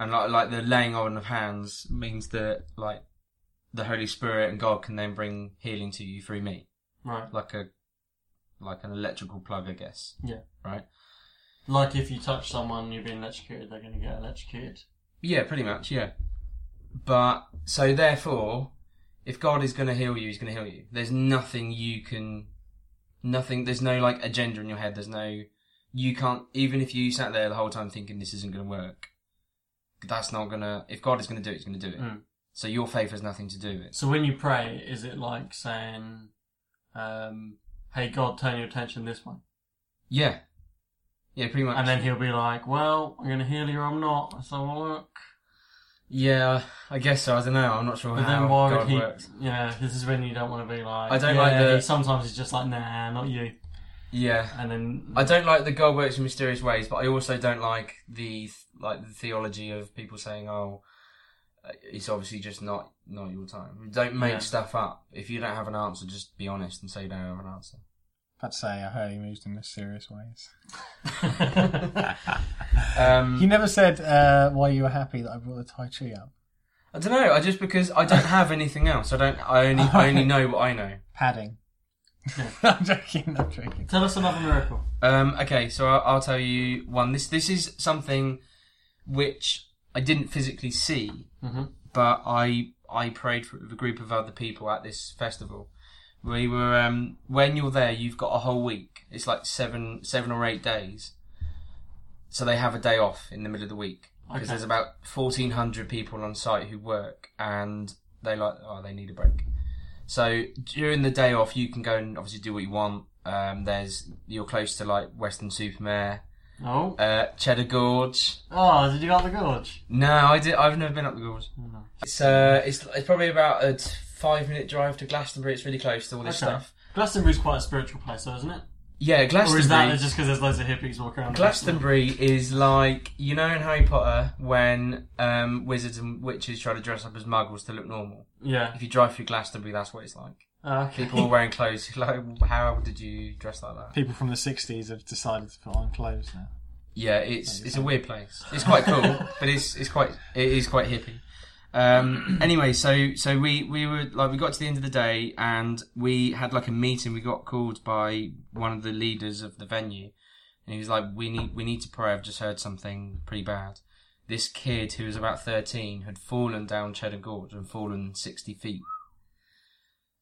and like like the laying on of hands means that like the Holy Spirit and God can then bring healing to you through me.
Right.
like a like an electrical plug, I guess,
Yeah.
right?
Like if you touch someone, you're being electrocuted, they're going to get electrocuted.
Yeah, pretty much, yeah. But, so therefore, if God is going to heal you, he's going to heal you. There's nothing you can, nothing, there's no like agenda in your head. There's no, you can't, even if you sat there the whole time thinking this isn't going to work, that's not going to, if God is going to do it, he's going to do it.
Mm.
So your faith has nothing to do with it.
So when you pray, is it like saying, um, "Hey God, turn your attention this way,"
Yeah. Yeah, pretty much.
and then He'll be like, "Well, I'm going to heal you, or I'm not." So look.
yeah, I guess so. I don't know. I'm not sure
But
how
then why
God
would he?
works.
Yeah, this is when you don't want to be like.
I don't
yeah,
like the-
he- Sometimes he's just like, "Nah, not you,"
Yeah.
and then
I don't like that God works in mysterious ways, but I also don't like the like the theology of people saying, "Oh, uh, it's obviously just not not your time." Don't make
Yeah.
stuff up. If you don't have an answer, just be honest and say you don't have an answer.
I'd say I heard he moves in mysterious ways.
Um,
He never said uh, why you were happy that I brought the Tai Chi up.
I don't know. I just because I don't have anything else. I don't. I only I only know what I know.
Padding. I'm joking, I'm joking.
tell us another miracle.
Um, okay, so I'll, I'll tell you one. This this is something which I didn't physically see,
Mhm.
but I I prayed for with a group of other people at this festival. We were um, when you're there, you've got a whole week. It's like seven seven or eight days. So they have a day off in the middle of the week because
Okay.
there's about fourteen hundred people on site who work, and they like oh they need a break. So during the day off, you can go and obviously do what you want. Um, there's you're close to like Western Supermare,
Oh,
uh, Cheddar Gorge.
oh, did you go up the gorge?
No, I did. I've never been up the gorge. It's uh, it's it's probably about a t- five minute drive to Glastonbury. It's really close to all this
Okay.
stuff.
Glastonbury's quite a spiritual place, though, isn't it?
Yeah, Glastonbury.
Or is that just because there's loads of hippies walking around?
Glastonbury is like you know in Harry Potter when um, wizards and witches try to dress up as muggles to look normal.
Yeah.
If you drive through Glastonbury, that's what it's like.
Uh, okay.
People are wearing clothes. Like, how did you dress like that?
People from the 60s have decided to put on clothes now.
Yeah, it's it's a weird place. It's quite cool, but it's it's quite it is quite hippie. Um, anyway, so so we we were like we got to the end of the day and we had like a meeting. We got called by one of the leaders of the venue, and he was like, "We need we need to pray. I've just heard something pretty bad. This kid who was about thirteen had fallen down Cheddar Gorge and fallen sixty feet."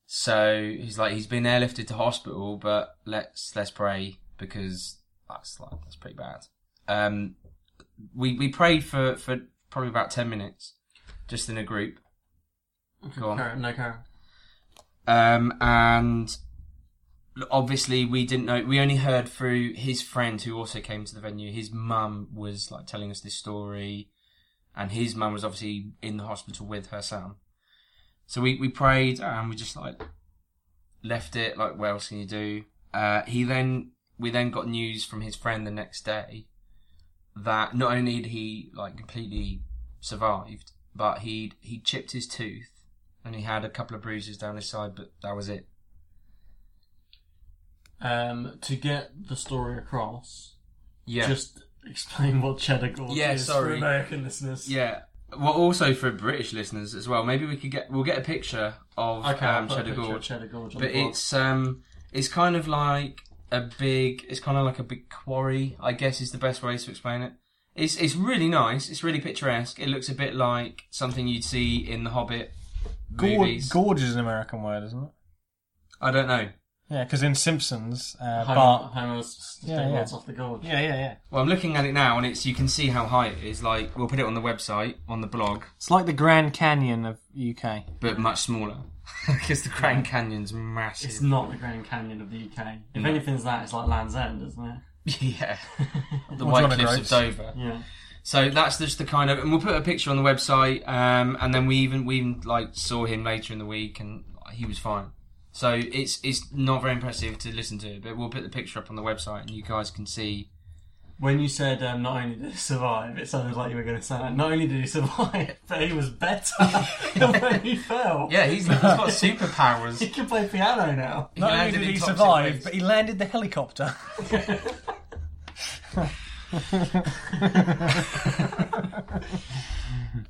So he's like, he's been airlifted to hospital, but let's let's pray because that's like that's pretty bad. Um, we we prayed for for probably about ten minutes, just in a group. Go on.
Karen, no, Karen.
Um, and obviously we didn't know. We only heard through his friend who also came to the venue. His mum was like telling us this story, and his mum was obviously in the hospital with her son. So we we prayed and we just like left it. Like, what else can you do? Uh, he then we then got news from his friend the next day that not only had he like completely survived, but he he chipped his tooth and he had a couple of bruises down his side, but that was it.
Um, to get the story across,
Yeah.
just explain what cheddar gorge
Yeah,
is
sorry.
for American listeners.
yeah. Well, also for British listeners as well, maybe we could get we'll get a picture of
Okay, I'll
um,
put a
Cheddar
picture of
Gorge,
Cheddar Gorge on
but
the blog.
it's um it's kind of like a big it's kind of like a big quarry, I guess is the best way to explain it. It's it's really nice. It's really picturesque. It looks a bit like something you'd see in the Hobbit movies.
Gorge, gorge is an American word, isn't it?
I don't know.
Yeah, because in Simpsons, uh,
Homer,
Bart.
Homer's
Yeah,
thing
yeah.
runs off the gorge.
Yeah, yeah, yeah.
Well, I'm looking at it now, and it's you can see how high it is. Like we'll put it on the website on the blog.
It's like the Grand Canyon of UK.
but much smaller because the Grand Canyon's massive.
It's not the Grand Canyon of the UK. If anything's that, it's like Land's End, isn't it?
yeah, the White
What do you want to
Cliffs of
gross?
Dover.
Yeah.
So that's just the kind of, and we'll put a picture on the website. Um, and then we even we even like saw him later in the week, and he was fine. So it's it's not very impressive to listen to, but we'll put the picture up on the website, and you guys can see.
When you said um, not only did he survive, it sounded like you were going to say that. Not only did he survive, but he was better than when he fell.
Yeah, he's, he's got superpowers.
He can play piano now.
He
Not only
landed
did
in
he
top six
survive,
ways.
but he landed the helicopter.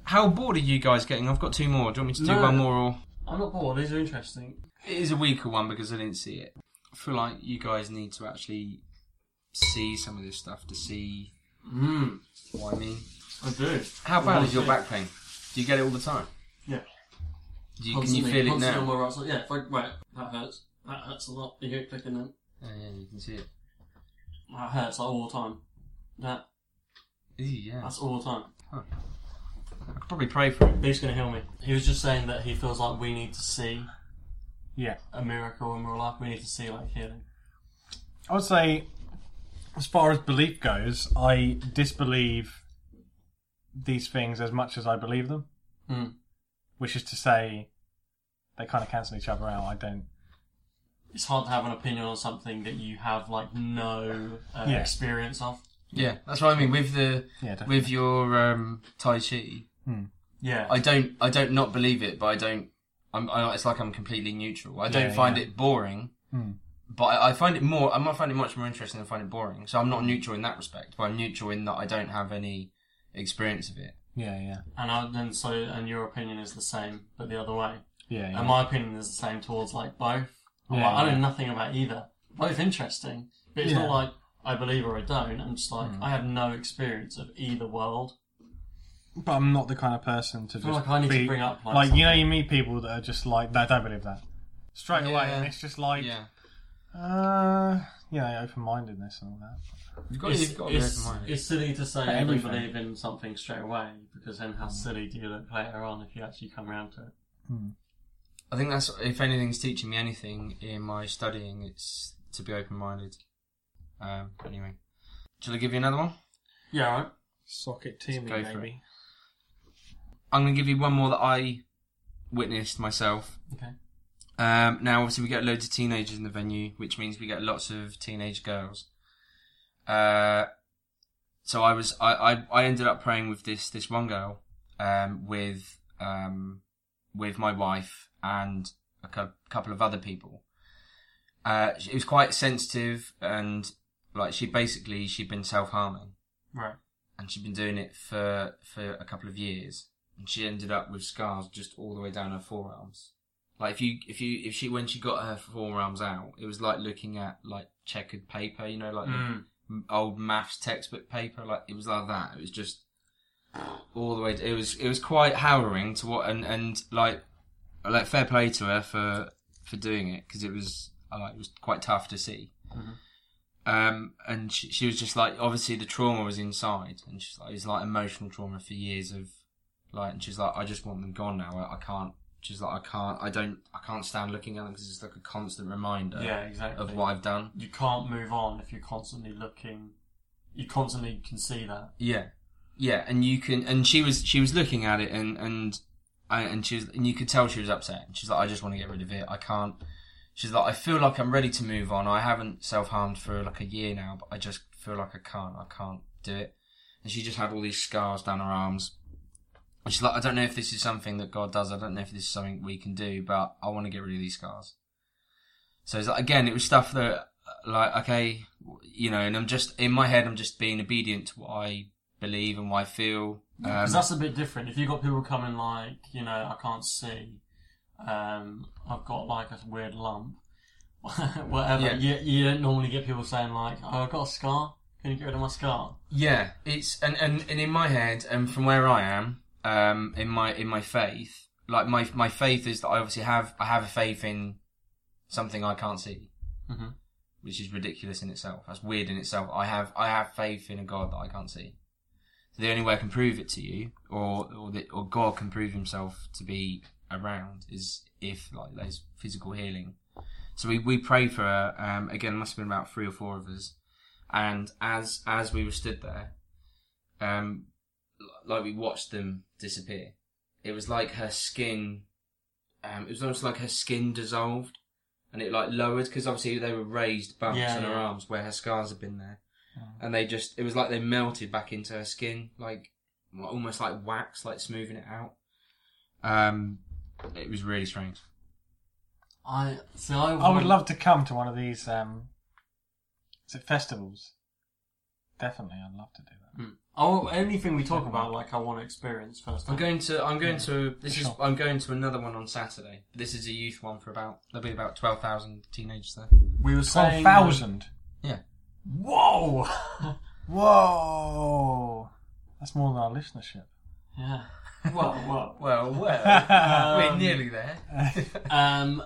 How bored are you guys getting? I've got two more. Do you want me to do
No.
one more? Or
I'm not bored. These are interesting.
it is a weaker one because I didn't see it. I feel like you guys need to actually see some of this stuff to see Hmm.
Mm,
what I mean.
I do.
How bad is your
Yeah.
back pain? Do you get it all the time?
Yeah.
Do you, can you feel it
constantly on
now?
my
Oh,
right side. Yeah, if I, right, that hurts. That hurts a lot. You hear it clicking then.
Oh, yeah, you can see it.
That hurts like, all the time. That
Ew, yeah.
that's all the time.
I could probably pray for it.
Beef's gonna heal me. He was just saying that he feels like we need to see
Yeah.
a miracle in real life. We need to see like healing.
I would say, as far as belief goes, I disbelieve these things as much as I believe them.
Hmm.
Which is to say, they kind of cancel each other out. I don't.
It's hard to have an opinion on something that you have like no uh,
Yeah.
experience of.
Yeah, that's what I mean with the
Yeah, definitely.
with your um, tai chi.
Yeah,
I don't I don't not believe it, but I don't. I'm, I, it's like I'm completely neutral. I don't
Yeah,
find
yeah.
it boring, but I, I find it more. I might find it much more interesting than find it boring. So I'm not neutral in that respect, but I'm neutral in that I don't have any experience of it.
Yeah, yeah,
and I, then so and your opinion is the same, but the other way.
yeah. yeah.
And my opinion is the same towards like both. I'm
Yeah,
like, I know
yeah.
nothing about either. Both interesting, but it's
Yeah. Mm.
not like I believe or I don't. I'm just like I have no experience of either world.
But I'm not the kind of person to
feel
just
like I need to
be-
bring up, like,
like you know you meet people that are just like no, I don't believe that straight away,
Yeah.
and it's just like
yeah,
uh, you know, open mindedness and all that.
you've got,
it's,
you've got to be
it's-
open-minded.
it's silly to say
Like
I don't
everything.
believe in something straight away because then how silly do you look later on if you actually come around to it?
I think that's if anything's teaching me anything in my studying, it's to be open-minded. Um, anyway, shall I give you another one?
Yeah, all right.
Socket to
me, maybe. I'm going to give you one more that I witnessed myself.
Okay.
Um, now, obviously, we get loads of teenagers in the venue, which means we get lots of teenage girls. Uh, so I was, I, I, I ended up praying with this this one girl, um, with um, with my wife and a cou- couple of other people. Uh, it was quite sensitive, and like she basically she'd been self harming
Right.
and she'd been doing it for for a couple of years, and she ended up with scars just all the way down her forearms. Like if you if you if she when she got her forearms out, it was like looking at like checkered paper, you know, like
Mm.
the m- old maths textbook paper. Like it was like that. It was just all the way. It was it was quite harrowing to what and and like like fair play to her for for doing it because it was uh, it was quite tough to see.
Mm-hmm.
Um, and she, she was just like, obviously the trauma was inside, and she's like, it was like emotional trauma for years of, like, and she's like, I just want them gone now. I, I can't. She's like, I can't. I don't. I can't stand looking at them because it's like a constant reminder
Yeah, exactly.
of what I've done.
You can't move on if you're constantly looking. You constantly can see that.
Yeah, yeah, and you can, and she was, she was looking at it, and and I, and she was, and you could tell she was upset. And she's like, I just want to get rid of it. I can't. She's like, I feel like I'm ready to move on. I haven't self harmed for like a year now, but I just feel like I can't. I can't do it. And she just had all these scars down her arms. And she's like, I don't know if this is something that God does. I don't know if this is something we can do, but I want to get rid of these scars. So it's like, again, it was stuff that, uh, like, okay, w- you know, and I'm just in my head, I'm just being obedient to what I believe and what I feel. Um,
Because that's a bit different. If you've got people coming like, you know, I can't see, um, I've got like a weird lump, whatever.
Yeah.
You, you don't normally get people saying like, oh, I've got a scar. Can you get rid of my scar?
yeah, it's and, and and in my head and from where I am, um, in my in my faith, like my my faith is that I obviously have I have a faith in something I can't see,
Mhm.
which is ridiculous in itself. That's weird in itself. I have I have faith in a God that I can't see. So the only way I can prove it to you, or or that or God can prove Himself to be around, is if like there's physical healing. So we we pray for her. Um, again, must have been about three or four of us and as as we were stood there, um, l- like we watched them disappear. It was like her skin, um, it was almost like her skin dissolved, and it like lowered because obviously they were raised bumps
Yeah,
on her
yeah.
arms where her scars had been there, and they just it was like they melted back into her skin, like almost like wax, like smoothing it out. Um, it was really strange.
I see. I,
I would love to come to one of these. Um, is it festivals? Definitely, I'd love to do that.
Oh, anything we talk about, like I want to experience first.
I'm going to. I'm going to. This is.
Sure.
I'm going to another one on Saturday. This is a youth one for about. There'll be about twelve thousand teenagers there.
We were
Twelve
saying
thousand.
Yeah.
Whoa!
Whoa! That's more than our listenership.
yeah. Well, well.
Well, well, we're nearly there.
Um,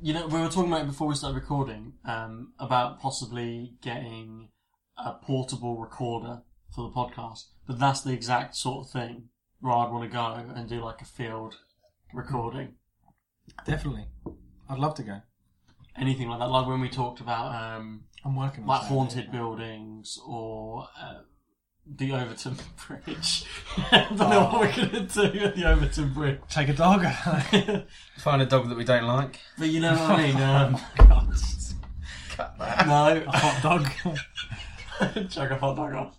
you know, we were talking about it before we started recording um, about possibly getting a portable recorder for the podcast, but that's the exact sort of thing where I'd want to go and do like a field recording,
Definitely. I'd love to go.
anything like that. Like when we talked about um,
I'm working on
like
something.
haunted buildings or uh, the Overton Bridge. I don't know what we're going to do at the Overton Bridge.
Take a dog.
Find a dog that we don't like.
But you know what I mean? Um,
Cut that.
no.
Hot dog.
Chuck a hot dog off.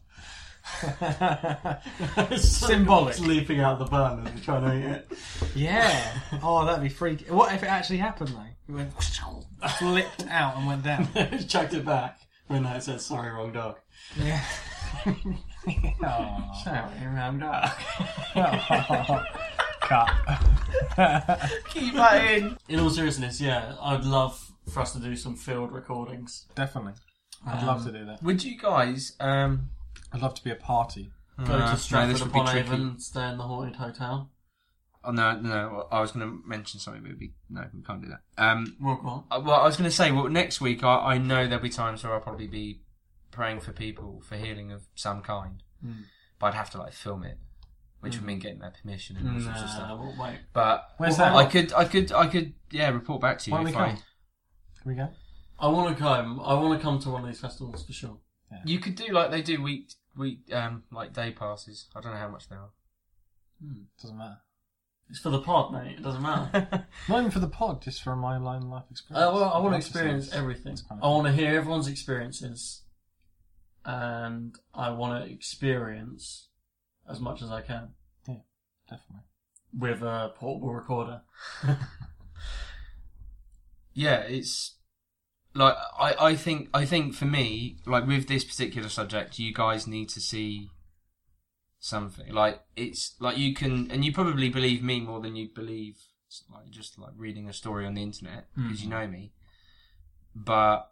Symbolic.
Leaping out the burn as we're trying to eat it.
yeah. Oh, that'd be freaky. What if it actually happened though? It went flipped out and went down.
Chucked it back. When I said sorry, wrong dog.
Yeah. oh.
Sorry, wrong dog.
Cut.
Keep that in.
In all seriousness, yeah, I'd love for us to do some field recordings.
Definitely. I'd love
Um,
to do that.
Would you guys? Um,
I'd love to be a party.
Go
no,
to Stratford
this would be
upon
tricky.
Avon, stay in the haunted hotel.
Oh no, no. I was going to mention something, but it'd be, no, we can't do that. Um,
Walk on.
Uh, Well, I was going to say, well, next week I, I know there'll be times where I'll probably be praying for people for healing of some kind,
Hmm.
but I'd have to like film it, which would mean getting their permission and all sorts of
Nah,
stuff.
we'll wait.
But
Where's
Well,
that?
I could, I could, I could, yeah, report back to you.
Why don't we
if I,
come? Can we go?
I want to come. I want to come to one of these festivals for sure.
you could do like they do week week um like day passes. I don't know how much they are.
Hmm.
Doesn't matter.
It's for the pod, mate. It doesn't matter.
Not even for the pod, just for my line life experience.
Uh, well, I want to
Life
experience everything.
That's kind
I
of-
want to hear everyone's experiences, and I want to experience as much as I can
Yeah, definitely.
with a portable recorder.
Yeah, it's like I, I think I think for me, like with this particular subject, you guys need to see something. Like it's like you can, and you probably believe me more than you believe like just like reading a story on the internet because you know me. But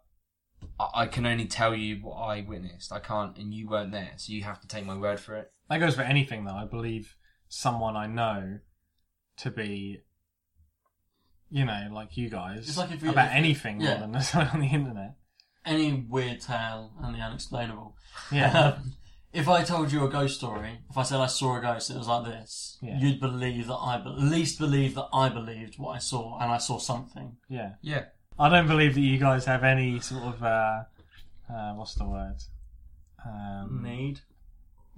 I, I can only tell you what I witnessed. I can't, and you weren't there, so you have to take my word for it.
That goes for anything, though. I believe someone I know to be, you know, like you guys,
It's like if you-
about
if you-
anything
yeah.
more than someone on the internet.
Any weird tale and the unexplainable.
Yeah.
Um, if I told you a ghost story, if I said I saw a ghost, it was like this,
Yeah.
you'd believe that I, be- at least believe that I believed what I saw, and I saw something.
yeah.
Yeah,
I don't believe that you guys have any sort of, uh, uh, what's the word? Um,
Need.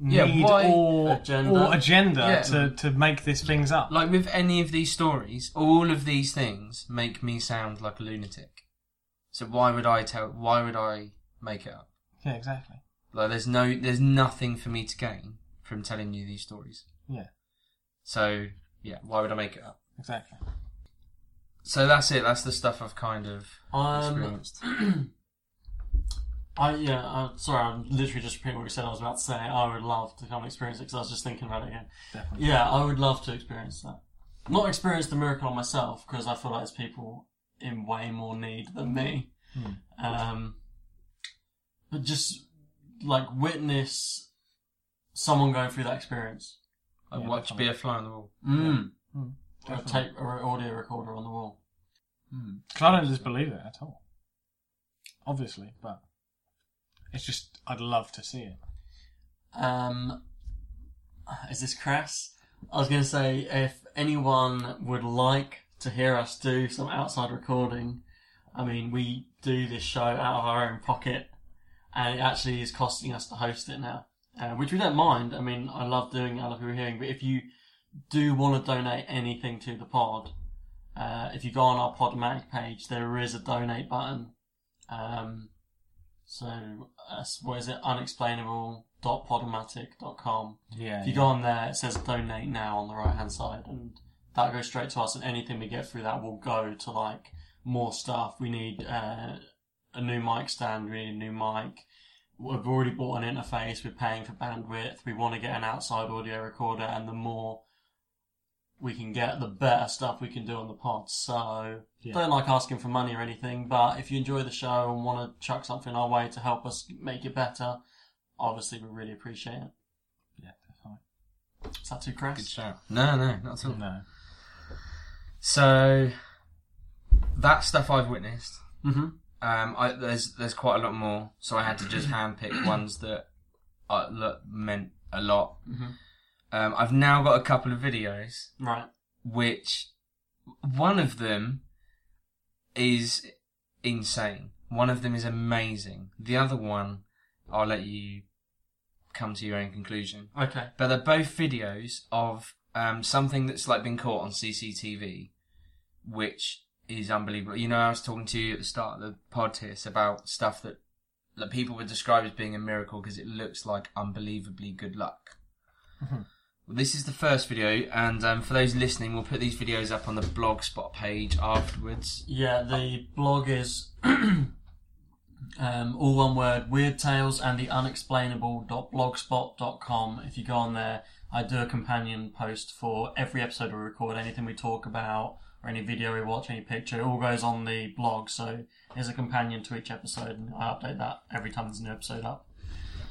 Yeah,
need
why-
or
Agenda.
or agenda
Yeah.
to, to make these things up.
like with any of these stories, all of these things make me sound like a lunatic. So why would I tell? Why would I make it up?
yeah, exactly.
Like there's no, there's nothing for me to gain from telling you these stories.
Yeah,
So yeah, why would I make it up?
exactly.
So that's it. That's the stuff I've kind of
Um,
experienced.
I yeah, I'm sorry, I'm literally just repeating what you said. I was about to say I would love to come and experience it because I was just thinking about it again.
Definitely.
Yeah, I would love to experience that. Not experience the miracle on myself because I feel like there's people in way more need than me. Um, but just like witness someone going through that experience.
I
yeah,
watch
definitely.
be a fly on the wall.
Mm.
Mm,
Or a tape or an audio recorder on the wall.
Because I don't just believe it at all. Obviously, but it's just I'd love to see it.
Um, is this crass? I was going to say if anyone would like to hear us do some outside recording, I mean, we do this show out of our own pocket, and it actually is costing us to host it now, uh, which we don't mind. I mean, I love doing it, I love who we're hearing, but if you do want to donate anything to the pod, uh, if you go on our Podomatic page, there is a donate button. Um, so, uh, what is it? Unexplainable.podomatic.com.
Yeah.
If you go on there, it says donate now on the right hand side, and that goes straight to us. And anything we get through that will go to like more stuff. We need uh, a new mic stand, we need a new mic. We've already bought an interface, we're paying for bandwidth, we want to get an outside audio recorder, and the more we can get, the better stuff we can do on the pod. So
Yeah.
don't like asking for money or anything, but if you enjoy the show and want to chuck something our way to help us make it better, obviously we really appreciate it.
Yeah, definitely.
Is that too crass?
Good shout. No, no, not at all.
No.
So that stuff I've witnessed.
Mm-hmm.
Um, I, there's there's quite a lot more, so I had to just handpick ones that uh, that meant a lot.
Mhm.
Um, I've now got a couple of videos,
Right.
which one of them is insane. One of them is amazing. The other one, I'll let you come to your own conclusion.
Okay.
But they're both videos of um, something that's like been caught on CCTV, which is unbelievable. You know, I was talking to you at the start of the podcast about stuff that that people would describe as being a miracle because it looks like unbelievably good luck. Well, this is the first video, and um, for those listening, we'll put these videos up on the blogspot page afterwards.
Yeah, the blog is um, all one word, Weird Tales and the Unexplainable.blogspot.com. If you go on there, I do a companion post for every episode we record, anything we talk about, or any video we watch, any picture. It all goes on the blog, so there's a companion to each episode, and I update that every time there's an episode up.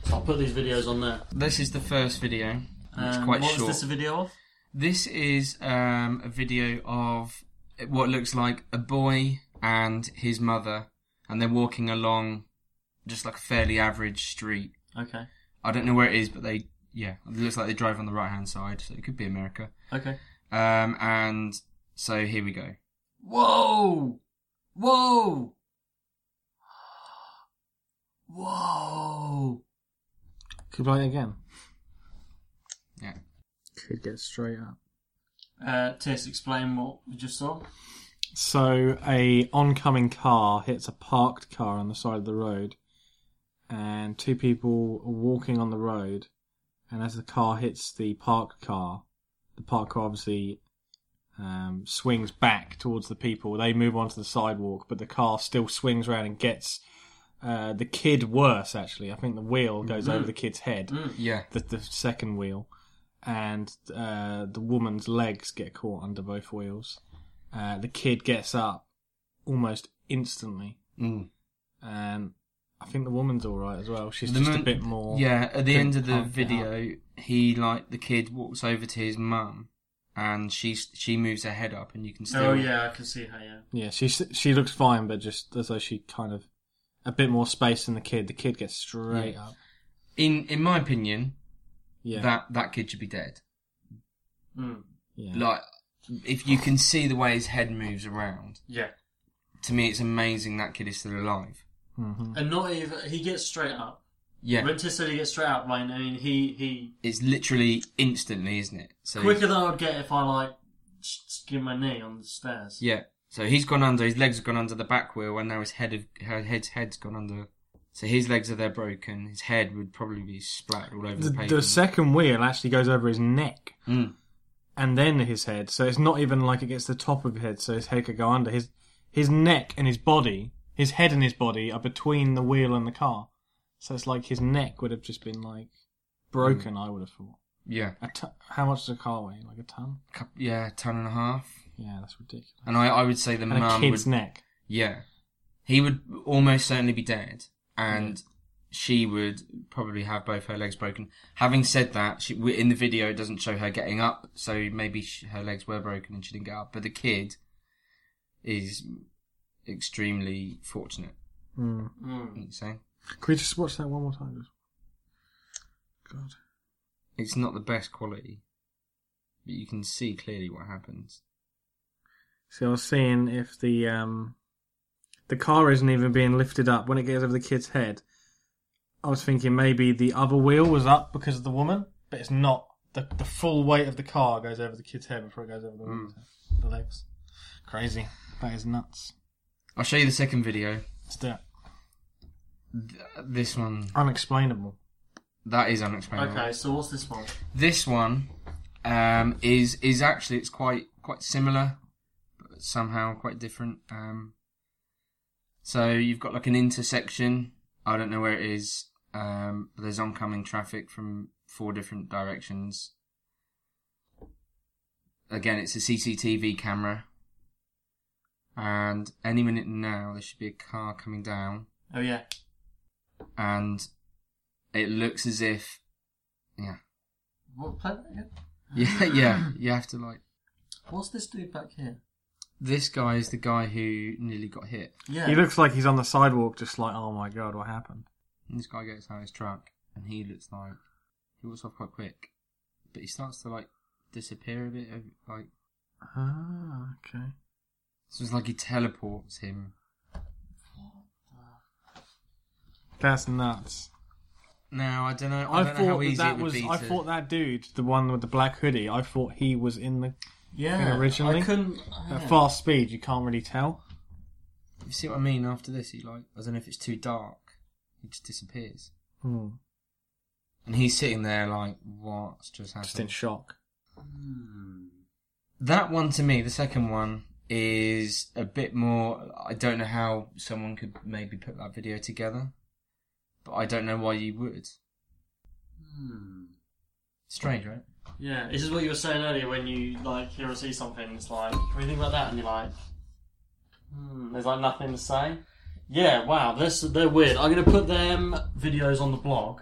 So I'll put these videos on there.
This is the first video. and it's
Um,
quite
what
short.
was this a video of?
This is um, a video of what looks like a boy and his mother, and they're walking along just like a fairly average street.
Okay.
I don't know where it is, but they, yeah, it looks like they drive on the right hand side, so it could be America.
Okay.
Um, and so here we go.
Whoa! Whoa! Whoa!
Could play it again.
Yeah.
Could get straight up.
Uh, Tess, explain what we just saw.
So a oncoming car hits a parked car on the side of the road, and two people are walking on the road, and as the car hits the parked car, the parked car obviously um, swings back towards the people. They move onto the sidewalk, but the car still swings around and gets uh, the kid worse. Actually, I think the wheel goes over the kid's head,
Yeah.
the, the second wheel, and uh, the woman's legs get caught under both wheels. Uh, the kid gets up almost instantly,
Mm.
and I think the woman's all right as well. She's
The
just a
moment-
bit more.
Yeah, at the
couldn't
end of the
pump it up.
video, he like the kid walks over to his mum, and she she moves her head up, and you can still
Oh yeah, I can see her. Yeah.
yeah. She she looks fine, but just as though she kind of a bit more space than the kid. The kid gets straight
Yeah.
up.
In in my opinion,
Yeah,
that that kid should be dead.
Mm.
yeah.
Like, if you can see the way his head moves around,
Yeah.
to me, it's amazing that kid is still alive.
hmm
And not even he gets straight up.
Yeah,
When Tess said he gets straight up, Wayne. I mean, he he
it's literally instantly, isn't it? So
quicker than I would get if I like skin my knee on the stairs.
yeah, so he's gone under. His legs have gone under the back wheel, and now his head of her head's head's gone under. So his legs are there broken. His head would probably be splattered all over the,
The,
pavement.
the second wheel actually goes over his neck
Mm.
and then his head. So it's not even like it gets the top of his head, so his head could go under. His his neck and his body, his head and his body are between the wheel and the car. So it's like his neck would have just been like broken. I would have thought.
Yeah,
A ton, how much does a car weigh? Like a ton?
Cou- yeah, ton and a half.
Yeah, that's ridiculous.
And I, I would say the
And a
mum
kid's
um, would
neck.
Yeah. He would almost certainly be dead, and she would probably have both her legs broken. Having said that, she, in the video it doesn't show her getting up, so maybe she, her legs were broken and she didn't get up. But the kid is extremely fortunate.
Mm.
Mm.
wouldn't you say?
Could we just watch that one more time? God.
It's not the best quality, but you can see clearly what happens.
See, I was seeing if the um, the car isn't even being lifted up when it gets over the kid's head. I was thinking maybe the other wheel was up because of the woman, but it's not. The, the full weight of the car goes over the kid's head before it goes over the,
Hmm.
woman's head, the legs. Crazy. That is nuts.
I'll show you the second video.
Let's do it.
Th- This one,
Unexplainable.
that is unexplainable.
Okay, so what's this one?
This one um, is is actually it's quite quite similar, but somehow quite different. Um, so you've got like an intersection. I don't know where it is. Um, but there's oncoming traffic from four different directions. again, it's a CCTV camera. And any minute now, there should be a car coming down.
Oh yeah.
And it looks as if. Yeah.
What play that again?
Yeah, yeah. You have to, like.
What's this dude back here?
This guy is the guy who nearly got hit.
Yeah.
He looks like he's on the sidewalk, just like, oh my god, what happened?
And this guy gets out of his truck, and he looks like he walks off quite quick, but he starts to like disappear a bit. of- Like
Ah, okay.
so it's like he teleports him.
That's nuts.
No, I don't know. I,
I,
don't know how
thought
easy
that, that
it would
was.
be.
I
to-
thought that dude, the one with the black hoodie, I thought he was in the
yeah.
originally?
I couldn't.
at fast speed. You can't really tell.
You see what I mean? After this, he like I don't know if it's too dark. He just disappears,
Hmm.
and he's sitting there like, what's just happened?
Just in shock.
That one to me, the second one, is a bit more. I don't know how someone could maybe put that video together, but I don't know why you would.
Hmm.
Strange, right?
Yeah, this is what you were saying earlier when you like hear or see something. It's like, can we think about that? And you're like, hmm, there's like nothing to say. Yeah, wow, this they're weird. I'm gonna put them videos on the blog.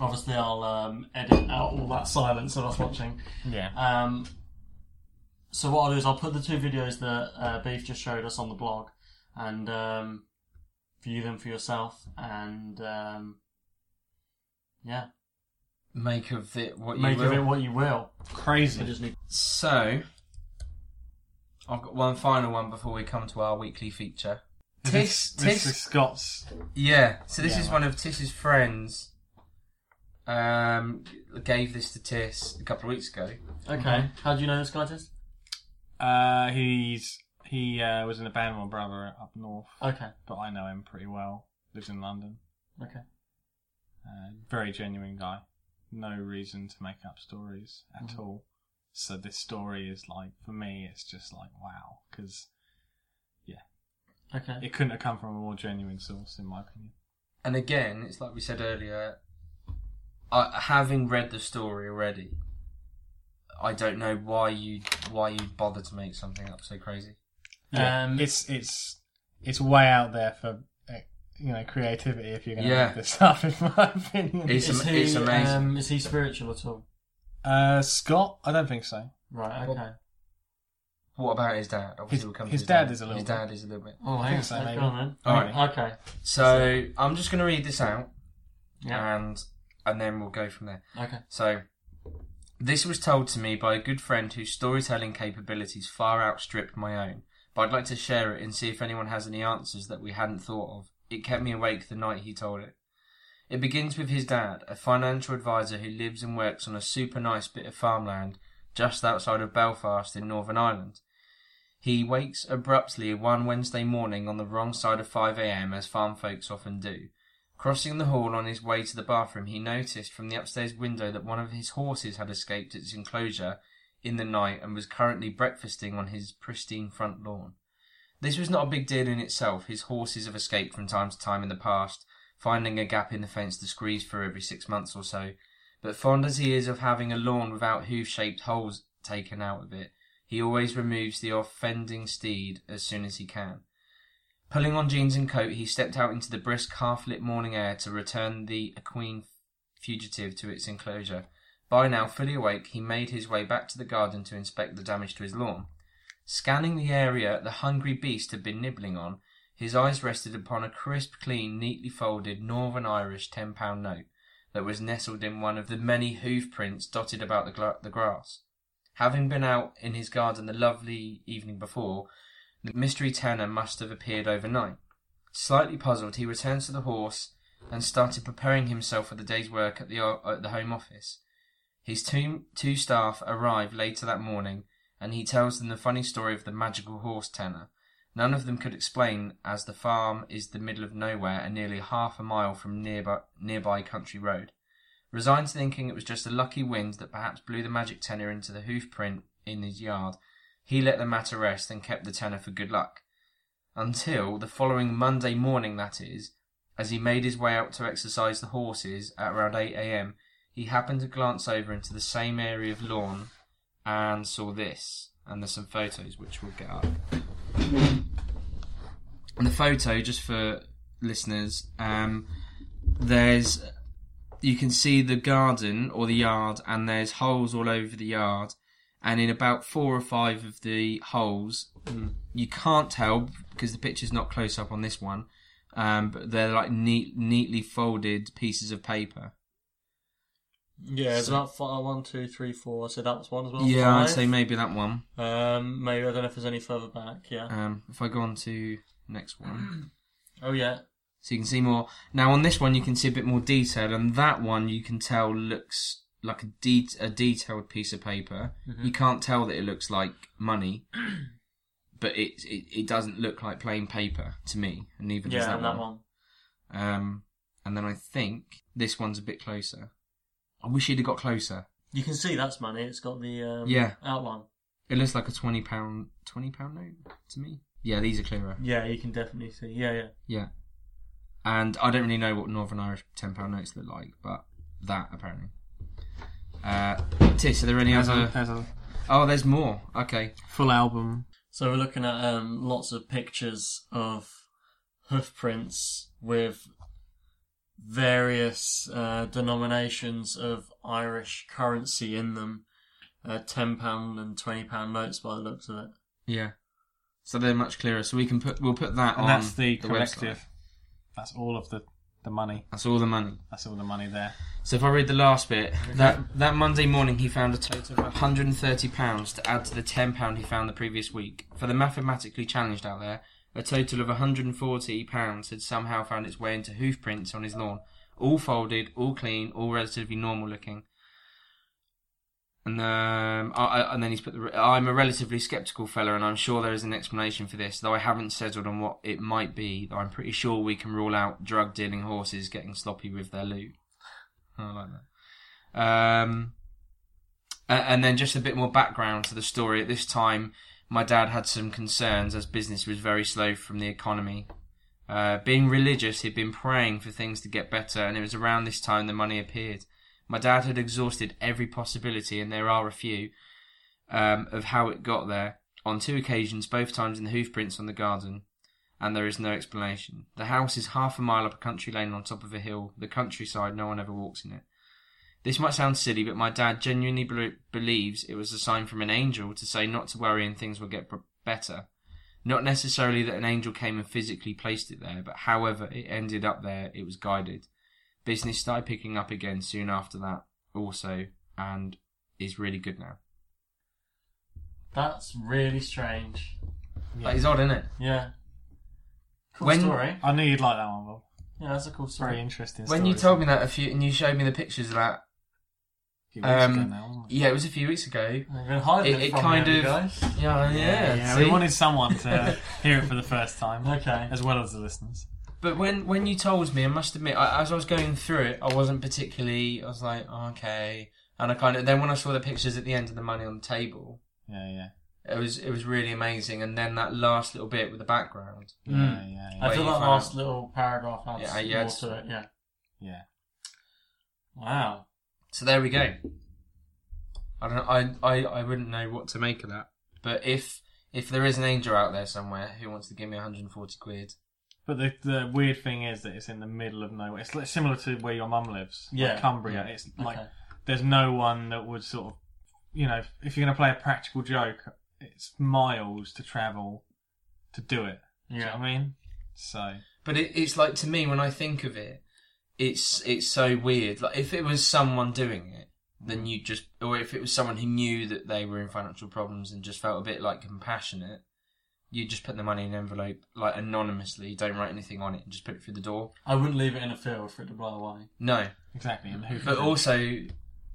Obviously, I'll um, edit out all that silence of us watching.
Yeah.
Um, so what I'll do is I'll put the two videos that uh, Beef just showed us on the blog, and um, view them for yourself. And um, yeah,
Make of it what you
make
will.
of it what you will. I
Crazy.
just need.
So, I've got one final one before we come to our weekly feature. Tish,
This, this is
Tish,
Scott's.
yeah. So this
Yeah,
is
right.
one of Tish's friends. Um, gave this to Tish a couple of weeks ago.
Okay, how do you know this guy is?
Uh, he's he uh, was in a band with my brother up north,
Okay,
but I know him pretty well. Lives in London.
okay.
Uh, very genuine guy. No reason to make up stories at
Mm-hmm.
all. So this story is like for me, it's just like wow, because
Okay.
it couldn't have come from a more genuine source, in my opinion.
And again, it's like we said earlier. I, having read the story already, I don't know why you why you bother to make something up so crazy.
Yeah,
Um,
it's it's it's way out there for uh, you know creativity if you're going to
Yeah.
make this up, in my opinion.
It's
is
am-
he,
it's amazing.
Um, is he spiritual at all?
Uh, Scott, I don't think so.
Right.
Well,
Okay.
What about his dad? Obviously,
His-
we'll come to
his
his
dad is a little
His
bit.
dad is a little bit.
Oh,
I
hang
think
on.
so,
let's
maybe.
go on
All
Maybe.
right.
then. Okay.
So I'm just going to read this out,
Yeah.
and and then we'll go from there.
Okay.
So this was told to me by a good friend whose storytelling capabilities far outstripped my own. But I'd like to share it and see if anyone has any answers that we hadn't thought of. It kept me awake the night he told it. It begins with his dad, a financial advisor who lives and works on a super nice bit of farmland just outside of Belfast in Northern Ireland. He wakes abruptly one Wednesday morning on the wrong side of 5 a.m., as farm folks often do. Crossing the hall on his way to the bathroom, he noticed from the upstairs window that one of his horses had escaped its enclosure in the night and was currently breakfasting on his pristine front lawn. This was not a big deal in itself. His horses have escaped from time to time in the past, finding a gap in the fence to squeeze through every six months or so. But fond as he is of having a lawn without hoof shaped holes taken out of it, he always removes the offending steed as soon as he can. Pulling on jeans and coat, he stepped out into the brisk, half lit morning air to return the equine fugitive to its enclosure. By now, fully awake, he made his way back to the garden to inspect the damage to his lawn. Scanning the area the hungry beast had been nibbling on, his eyes rested upon a crisp, clean, neatly folded Northern Irish ten pound note that was nestled in one of the many hoof prints dotted about the, gla- the grass. Having been out in his garden the lovely evening before, the mystery tenor must have appeared overnight. Slightly puzzled, he returned to the horse and started preparing himself for the day's work at the, at the Home Office. His two, two staff arrive later that morning, and he tells them the funny story of the magical horse tenor. None of them could explain, as the farm is the middle of nowhere and nearly half a mile from nearby, nearby country road. Resigned to thinking it was just a lucky wind that perhaps blew the magic tenor into the hoof print in his yard, he let the matter rest and kept the tenor for good luck. Until the following Monday morning, that is, as he made his way out to exercise the horses at around 8 a.m., he happened to glance over into the same area of lawn and saw this, and there's some photos which we'll get up. And the photo, just for listeners, um, there's you can see the garden or the yard, and there's holes all over the yard. And in about four or five of the holes,
Hmm.
you can't tell because the picture's not close up on this one, um, but they're like neat, neatly folded pieces of paper.
Yeah, it's about five, one, two, three, four. So that was one as well.
yeah,
five.
I'd say maybe that one.
Um, maybe I don't know if there's any further back. Yeah.
Um, if I go on to next one,
oh yeah.
so you can see more. Now on this one, you can see a bit more detail, and that one you can tell looks like a de- a detailed piece of paper.
Mm-hmm.
You can't tell that it looks like money, but it, it it doesn't look like plain paper to me, and neither does
yeah,
that
and that one.
Um, and then I think this one's a bit closer. I wish he'd have got closer.
You can see that's money. It's got the um,
Yeah.
outline.
It looks like a twenty pound twenty pound note to me. Yeah, these are clearer.
Yeah, you can definitely see. Yeah, yeah.
Yeah, and I don't really know what Northern Irish ten pound notes look like, but that apparently. Uh, Tis, are there any
There's
other?
a, there's a
Oh, there's more. Okay.
full album.
So we're looking at um, lots of pictures of hoof prints with various uh, denominations of Irish currency in them. Uh, ten pound and twenty pound notes, by the looks of it.
Yeah. So they're much clearer. So we can put we'll put that
And
on
that's the,
website.
collective. That's all of the, the money.
That's all the money.
That's all the money there.
So if I read the last bit, that that Monday morning he found a total of 130 pounds to add to the 10 pound he found the previous week. For the mathematically challenged out there, a total of 140 pounds had somehow found its way into hoof prints on his lawn, all folded, all clean, all relatively normal looking. And um, I, I- and then he's put the. re- I'm a relatively sceptical fella, and I'm sure there is an explanation for this, though I haven't settled on what it might be. Though I'm pretty sure we can rule out drug dealing horses getting sloppy with their loot. I like that. Um, a- and then just a bit more background to the story. At this time, my dad had some concerns as business was very slow from the economy. Uh, being religious, he'd been praying for things to get better, and it was around this time the money appeared. My dad had exhausted every possibility, and there are a few, um, of how it got there. On two occasions, both times in the hoof prints on the garden, and there is no explanation. The house is half a mile up a country lane on top of a hill. The countryside, no one ever walks in it. This might sound silly, but my dad genuinely bel believes it was a sign from an angel to say not to worry and things will get b- better. Not necessarily that an angel came and physically placed it there, but however it ended up there, it was guided. Business started picking up again soon after that, also, and is really good now.
That's really strange.
That is odd, isn't it?
Yeah. Cool
When-
story.
I knew you'd like that one, Bob.
Yeah, that's a cool
It's very
story.
interesting.
When you
stories.
told me that a few, and you showed me the pictures of that,
A few weeks ago
um,
now, wasn't it?
yeah, it was a few weeks ago.
I've been hiding
It-
it,
it
from
kind
you,
of-
guys.
Yeah, yeah.
yeah,
see?
we wanted someone to hear it for the first time,
Okay.
as well as the listeners.
But when when you told me, I must admit, I, as I was going through it, I wasn't particularly. I was like, oh, okay, and I kind of. Then when I saw the pictures at the end of the money on the table,
Yeah, yeah,
it was it was really amazing. And then that last little bit with the background,
yeah,
Mm.
yeah, yeah,
I
hmm. Where
feel
you
that
found-
last little paragraph adds
Yeah, yeah,
more
it's-
to it. Yeah.
yeah.
Wow.
So there we go. I don't. I, I I wouldn't know what to make of that. But if if there is an angel out there somewhere who wants to give me 140 quid,
But the the weird thing is that it's in the middle of nowhere. It's like, similar to where your mum lives, like
Yeah.
Cumbria. It's like
Okay.
there's no one that would sort of, you know, if you're going to play a practical joke, it's miles to travel to do it. Do you know
Yeah.
what I mean? So
But it, it's like to me when I think of it, it's it's so weird. Like if it was someone doing it, then you just, or if it was someone who knew that they were in financial problems and just felt a bit like compassionate, you just put the money in an envelope like anonymously, don't write anything on it, and just put it through the door.
I wouldn't leave it in a field for it to blow away.
No,
exactly, and who?
but
can-
also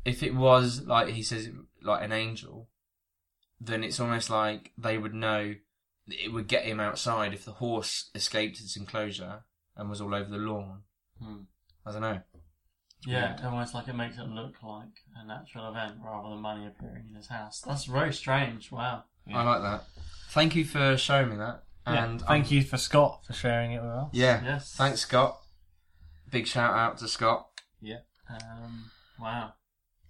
if it was like he says, like an angel, then it's almost like they would know that it would get him outside if the horse escaped its enclosure and was all over the lawn.
Hmm.
I don't know.
Yeah, almost like it makes it look like a natural event rather than money appearing in his house. That's very strange. Wow.
Yeah.
I like that. Thank you for showing me that.
Yeah,
And
um,
thank you for Scott for sharing it with us.
Yeah.
Yes.
Thanks, Scott. Big shout out to Scott.
Yeah.
Um, wow.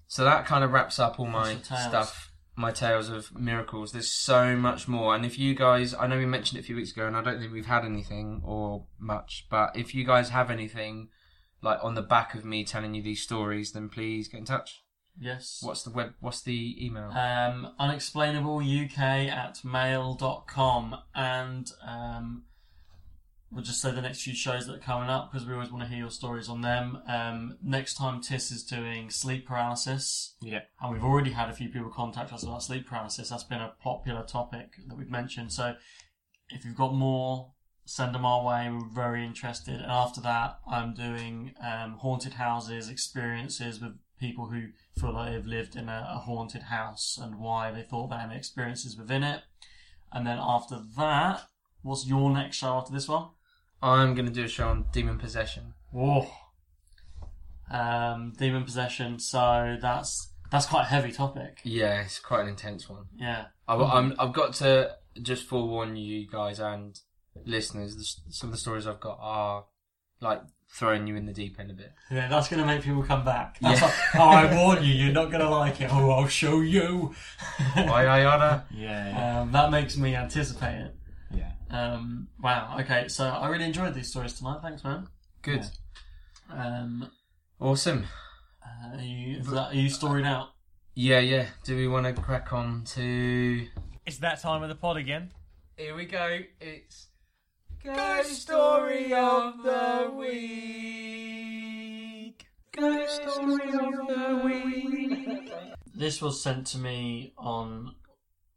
So that kind of wraps up all my
That's your tales.
stuff. my tales of miracles. There's so much more, and if you guys, I know we mentioned it a few weeks ago, and I don't think we've had anything or much, but if you guys have anything like on the back of me telling you these stories, then please get in touch.
Yes.
What's the web? What's the email?
Um, unexplainableuk at mail.com. And um, we'll just say the next few shows that are coming up because we always want to hear your stories on them. Um, next time, Tiss is doing sleep paralysis.
Yeah.
And we've already had a few people contact us about sleep paralysis. That's been a popular topic that we've mentioned. So if you've got more, send them our way. We're very interested. And after that, I'm doing um, haunted houses, experiences with people who feel like they've lived in a, a haunted house and why they thought that and the experiences within it. And then after that, what's your next show after this one?
I'm gonna do a show on demon possession.
Whoa. Um, demon possession. So that's that's quite a heavy topic.
Yeah, it's quite an intense one.
Yeah.
I've, I'm, I've got to just forewarn you guys and listeners. the s- Some of the stories I've got are like throwing you in the deep end a bit.
Yeah, that's going to make people come back. That's
Yeah.
like, oh, I warn you, you're not going to like it. Oh, I'll show you.
Why, Ayana?
Yeah.
um, that makes me anticipate it.
Yeah.
Um, wow. Okay, so I really enjoyed these stories tonight. Thanks, man.
Good,
Um,
awesome.
uh, are, you, is that, are you storied out?
Yeah, yeah. Do we want to crack on to?
It's that time of the pod again.
Here we go. It's ghost story of the week. Ghost story of the week.
This was sent to me on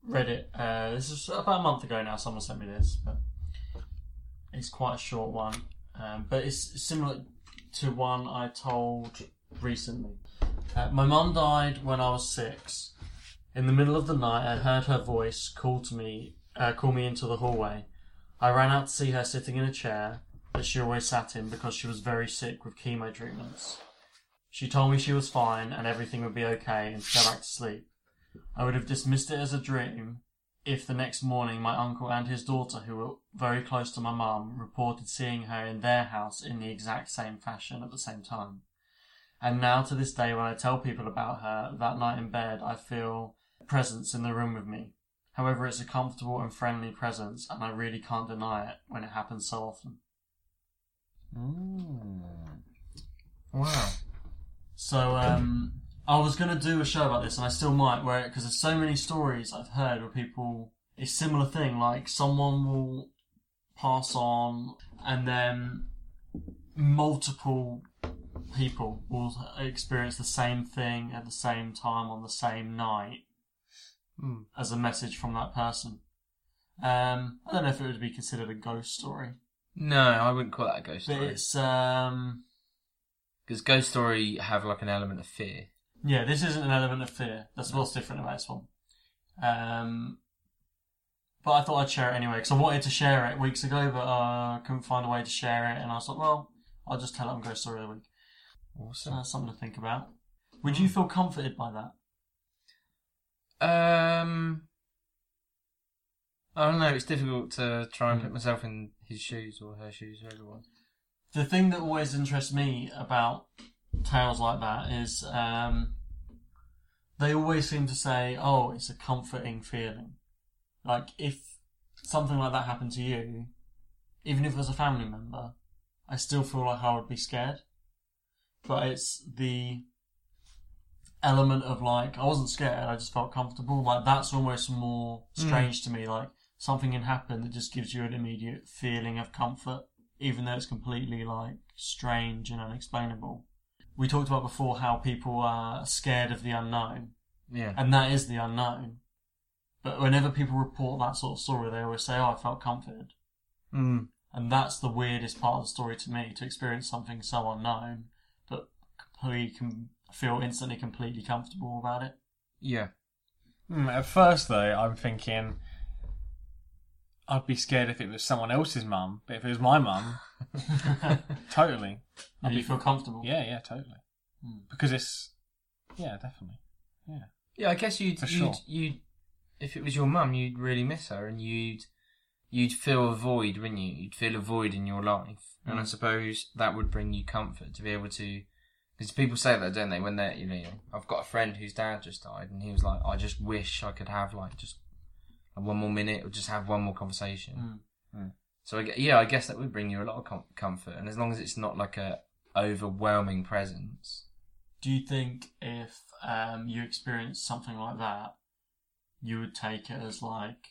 Reddit. Uh, this is about a month ago now. Someone sent me this, but it's quite a short one. Um, but it's similar to one I told recently. Uh, my mum died when I was six. In the middle of the night, I heard her voice call to me, uh, call me into the hallway. I ran out to see her sitting in a chair that she always sat in because she was very sick with chemo treatments. She told me she was fine and everything would be okay and fell back to sleep. I would have dismissed it as a dream if the next morning my uncle and his daughter, who were very close to my mum, reported seeing her in their house in the exact same fashion at the same time. And now to this day, when I tell people about her that night in bed, I feel a presence in the room with me. However, it's a comfortable and friendly presence, and I really can't deny it when it happens so often.
Wow.
So um, I was going to do a show about this, and I still might, where because there's so many stories I've heard where people a similar thing, like someone will pass on, and then multiple people will experience the same thing at the same time on the same night
Hmm.
as a message from that person. Um, I don't know if it would be considered a ghost story,
No, I wouldn't call that a ghost
but
story.
it's um,
Because ghost story have like an element of fear.
Yeah, this isn't an element of fear. That's what's different about this one. Um, but I thought I'd share it anyway because I wanted to share it weeks ago, but uh, couldn't find a way to share it, and I was like, well, I'll just tell it on Ghost Story of the Week. So
Awesome.
that's something to think about. Would you feel comforted by that?
Um, I don't know. It's difficult to try and put myself in his shoes or her shoes, whoever it was.
The thing that always interests me about tales like that is um, they always seem to say, "Oh, it's a comforting feeling." Like if something like that happened to you, even if it was a family member, I still feel like I would be scared. But it's the element of like I wasn't scared; I just felt comfortable. Like that's almost more strange to me. Like something can happen that just gives you an immediate feeling of comfort, even though it's completely like strange and unexplainable we talked about before how people are scared of the unknown,
Yeah.
and that is the unknown. But whenever people report that sort of story, they always say, "Oh, I felt comforted,"
Mm.
and that's the weirdest part of the story to me to experience something so unknown, but completely com- feel instantly completely comfortable about it.
Yeah.
Hmm, at first, though, I'm thinking I'd be scared if it was someone else's mum, but if it was my mum, totally.
And you feel comfortable.
Yeah, yeah, totally.
Hmm.
Because it's yeah, definitely.
Yeah, I guess you'd
For
you'd,
sure.
you'd if it was your mum, you'd really miss her, and you'd you'd feel a void, wouldn't
Mm.
you? You'd feel a void in your life, and I suppose that would bring you comfort to be able to Because people say that, don't they? When they're, you know, you know, I've got a friend whose dad just died, and he was like, I just wish I could have like just one more minute or just have one more conversation.
Mm.
So I, gue- yeah, I guess that would bring you a lot of com- comfort, and as long as it's not like a overwhelming presence.
Do you think if um, you experienced something like that, you would take it as like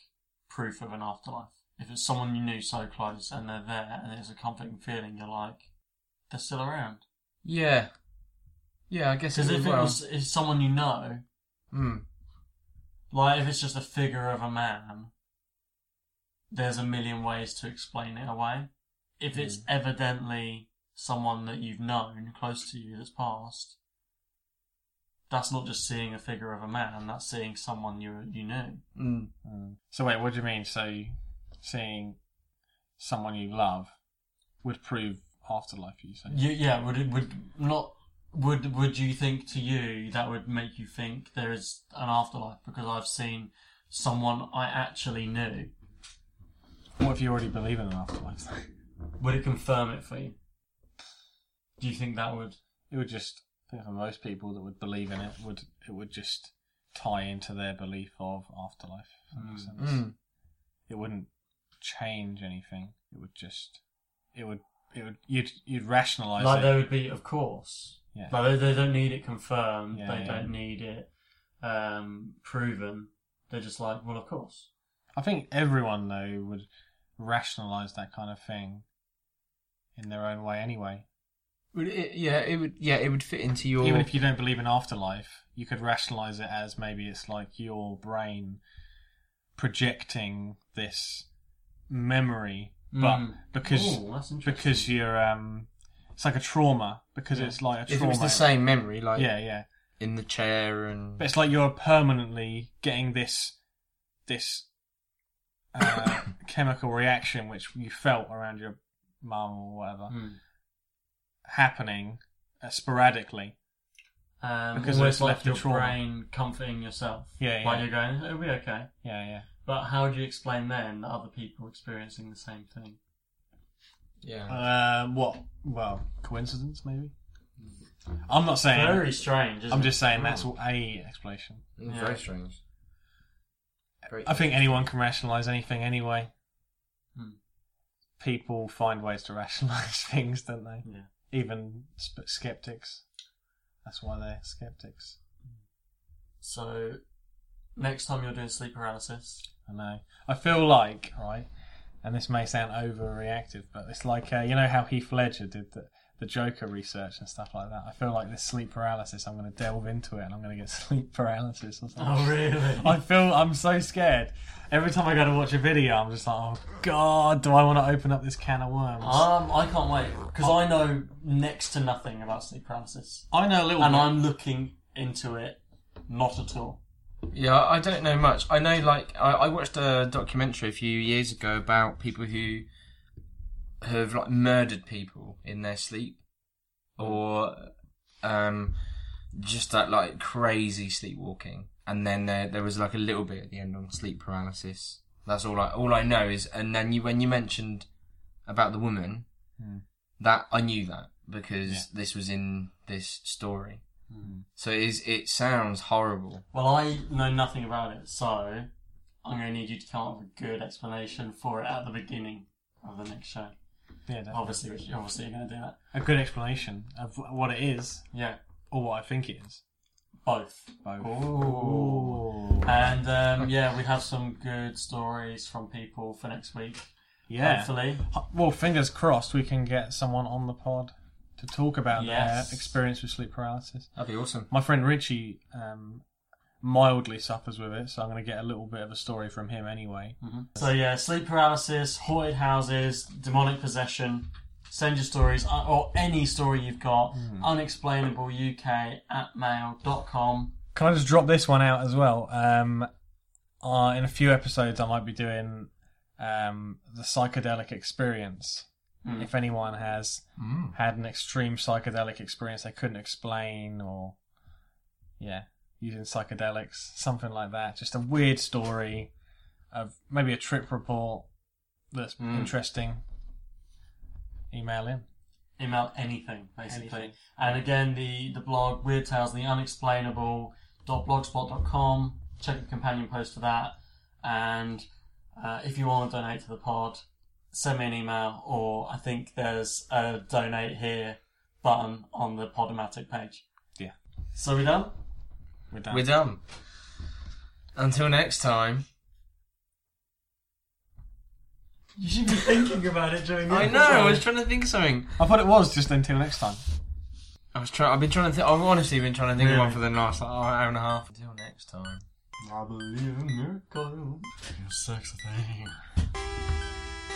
proof of an afterlife? If it's someone you knew so close and they're there and it's a comforting feeling, you're like, they're still around.
Yeah, yeah, I guess
Because
it would
if it
well.
was if someone you know,
Hmm.
like if it's just a figure of a man, there's a million ways to explain it away. If it's evidently someone that you've known close to you that's passed, that's not just seeing a figure of a man. That's seeing someone you you knew.
Mm.
So wait, what do you mean? So seeing someone you love would prove afterlife? You say?
You, yeah, would it would not would would you think to you that would make you think there is an afterlife because I've seen someone I actually knew?
What if you already believe in an afterlife?
Would it confirm it for you? Do you think that would?
it would just I think for most people that would believe in it would it would just tie into their belief of afterlife. if that
Hmm.
makes sense.
Mm.
It wouldn't change anything. It would just it would it would you'd you'd rationalize
Like
it.
there would be, of course.
Yeah.
Like they, they don't need it confirmed.
Yeah,
they
yeah.
don't need it um, proven. They're just like, well, of course.
I think everyone though would rationalize that kind of thing in their own way anyway.
Would it, yeah, it would. Yeah, it would fit into your.
Even if you don't believe in afterlife, you could rationalize it as maybe it's like your brain projecting this memory,
Hmm.
Mm.
but because
Ooh, that's interesting.
because you're um, it's like a trauma because
Yeah.
it's like a
if
trauma.
it was the same memory, like
yeah, yeah.
in the chair and
But it's like you're permanently getting this this uh, chemical reaction which you felt around your mum or whatever
Mm.
happening uh, sporadically.
Um, because
Because
almost
it's
like
left the
your
trauma.
brain comforting yourself.
Yeah,
While
yeah.
you're going, it'll be okay.
Yeah, yeah.
But how do you explain then that other people experiencing the same thing?
yeah.
Uh, what? Well, coincidence maybe. I'm not saying.
Very strange. Isn't
I'm
it?
just saying that's a explanation.
Mm,
yeah.
Very strange. Very
I think anyone can rationalize anything anyway.
Hmm.
People find ways to rationalize things, don't they?
Yeah.
Even sp- skeptics. That's why they're skeptics.
So, next time you're doing sleep paralysis,
I know. I feel like right, and this may sound overreactive, but it's like uh, you know how Heath Ledger did the the Joker research and stuff like that. I feel like this sleep paralysis. I'm going to delve into it, and I'm going to get sleep paralysis or something.
Oh really?
I feel I'm so scared. Every time I go to watch a video, I'm just like, oh god, do I want to open up this can of worms?
Um, I can't wait because I know next to nothing about sleep paralysis,
I know a little
and
bit.
I'm looking into it not at all.
Yeah, I don't know much. I know, like, I, I watched a documentary a few years ago about people who have like murdered people in their sleep, Hmm. or um, just that like crazy sleepwalking, and then there there was like a little bit at the end on sleep paralysis. That's all I all I know is, and then you when you mentioned about the woman, that I knew that because this was in this story. So it is it sounds horrible.
Well, I know nothing about it, so I'm going to need you to come up with a good explanation for it at the beginning of the next show.
Yeah, definitely.
Obviously, which obviously you're going to do that.
a good explanation of what it is
Yeah,
or what I think it is.
both.
Both.
Ooh. And um, yeah, we have some good stories from people for next week.
Yeah.
Hopefully.
Well, fingers crossed, we can get someone on the pod to talk about
Yes.
their experience with sleep paralysis.
That'd be awesome.
My friend Richie um, mildly suffers with it, so I'm going to get a little bit of a story from him anyway.
So yeah, sleep paralysis, haunted houses, demonic possession. Send your stories uh, or any story you've got.
Hmm.
Unexplainableuk at mail.com.
Can I just drop this one out as well? Um, uh, in a few episodes, I might be doing um, the psychedelic experience.
Hmm.
If anyone has
Hmm.
had an extreme psychedelic experience they couldn't explain, or yeah, using psychedelics, something like that, just a weird story of maybe a
Hmm.
trip report that's interesting. Email in.
email anything basically.
Anything.
And again, the the blog Weird Tales and the Unexplainable blogspot.com. Check the companion post for that. And uh, if you want to donate to the pod, send me an email, or I think there's a donate here button on the Podomatic page.
Yeah.
So we done?
We're done.
We're done. Until next time.
You should be thinking about it during. The
I know. I was trying to think of something.
I thought it was just until next time.
I was trying. I've been trying to. think I've honestly been trying to think of one
Really?
for the last like, hour and a half. Until next time.
I believe in miracles.
Sex thing.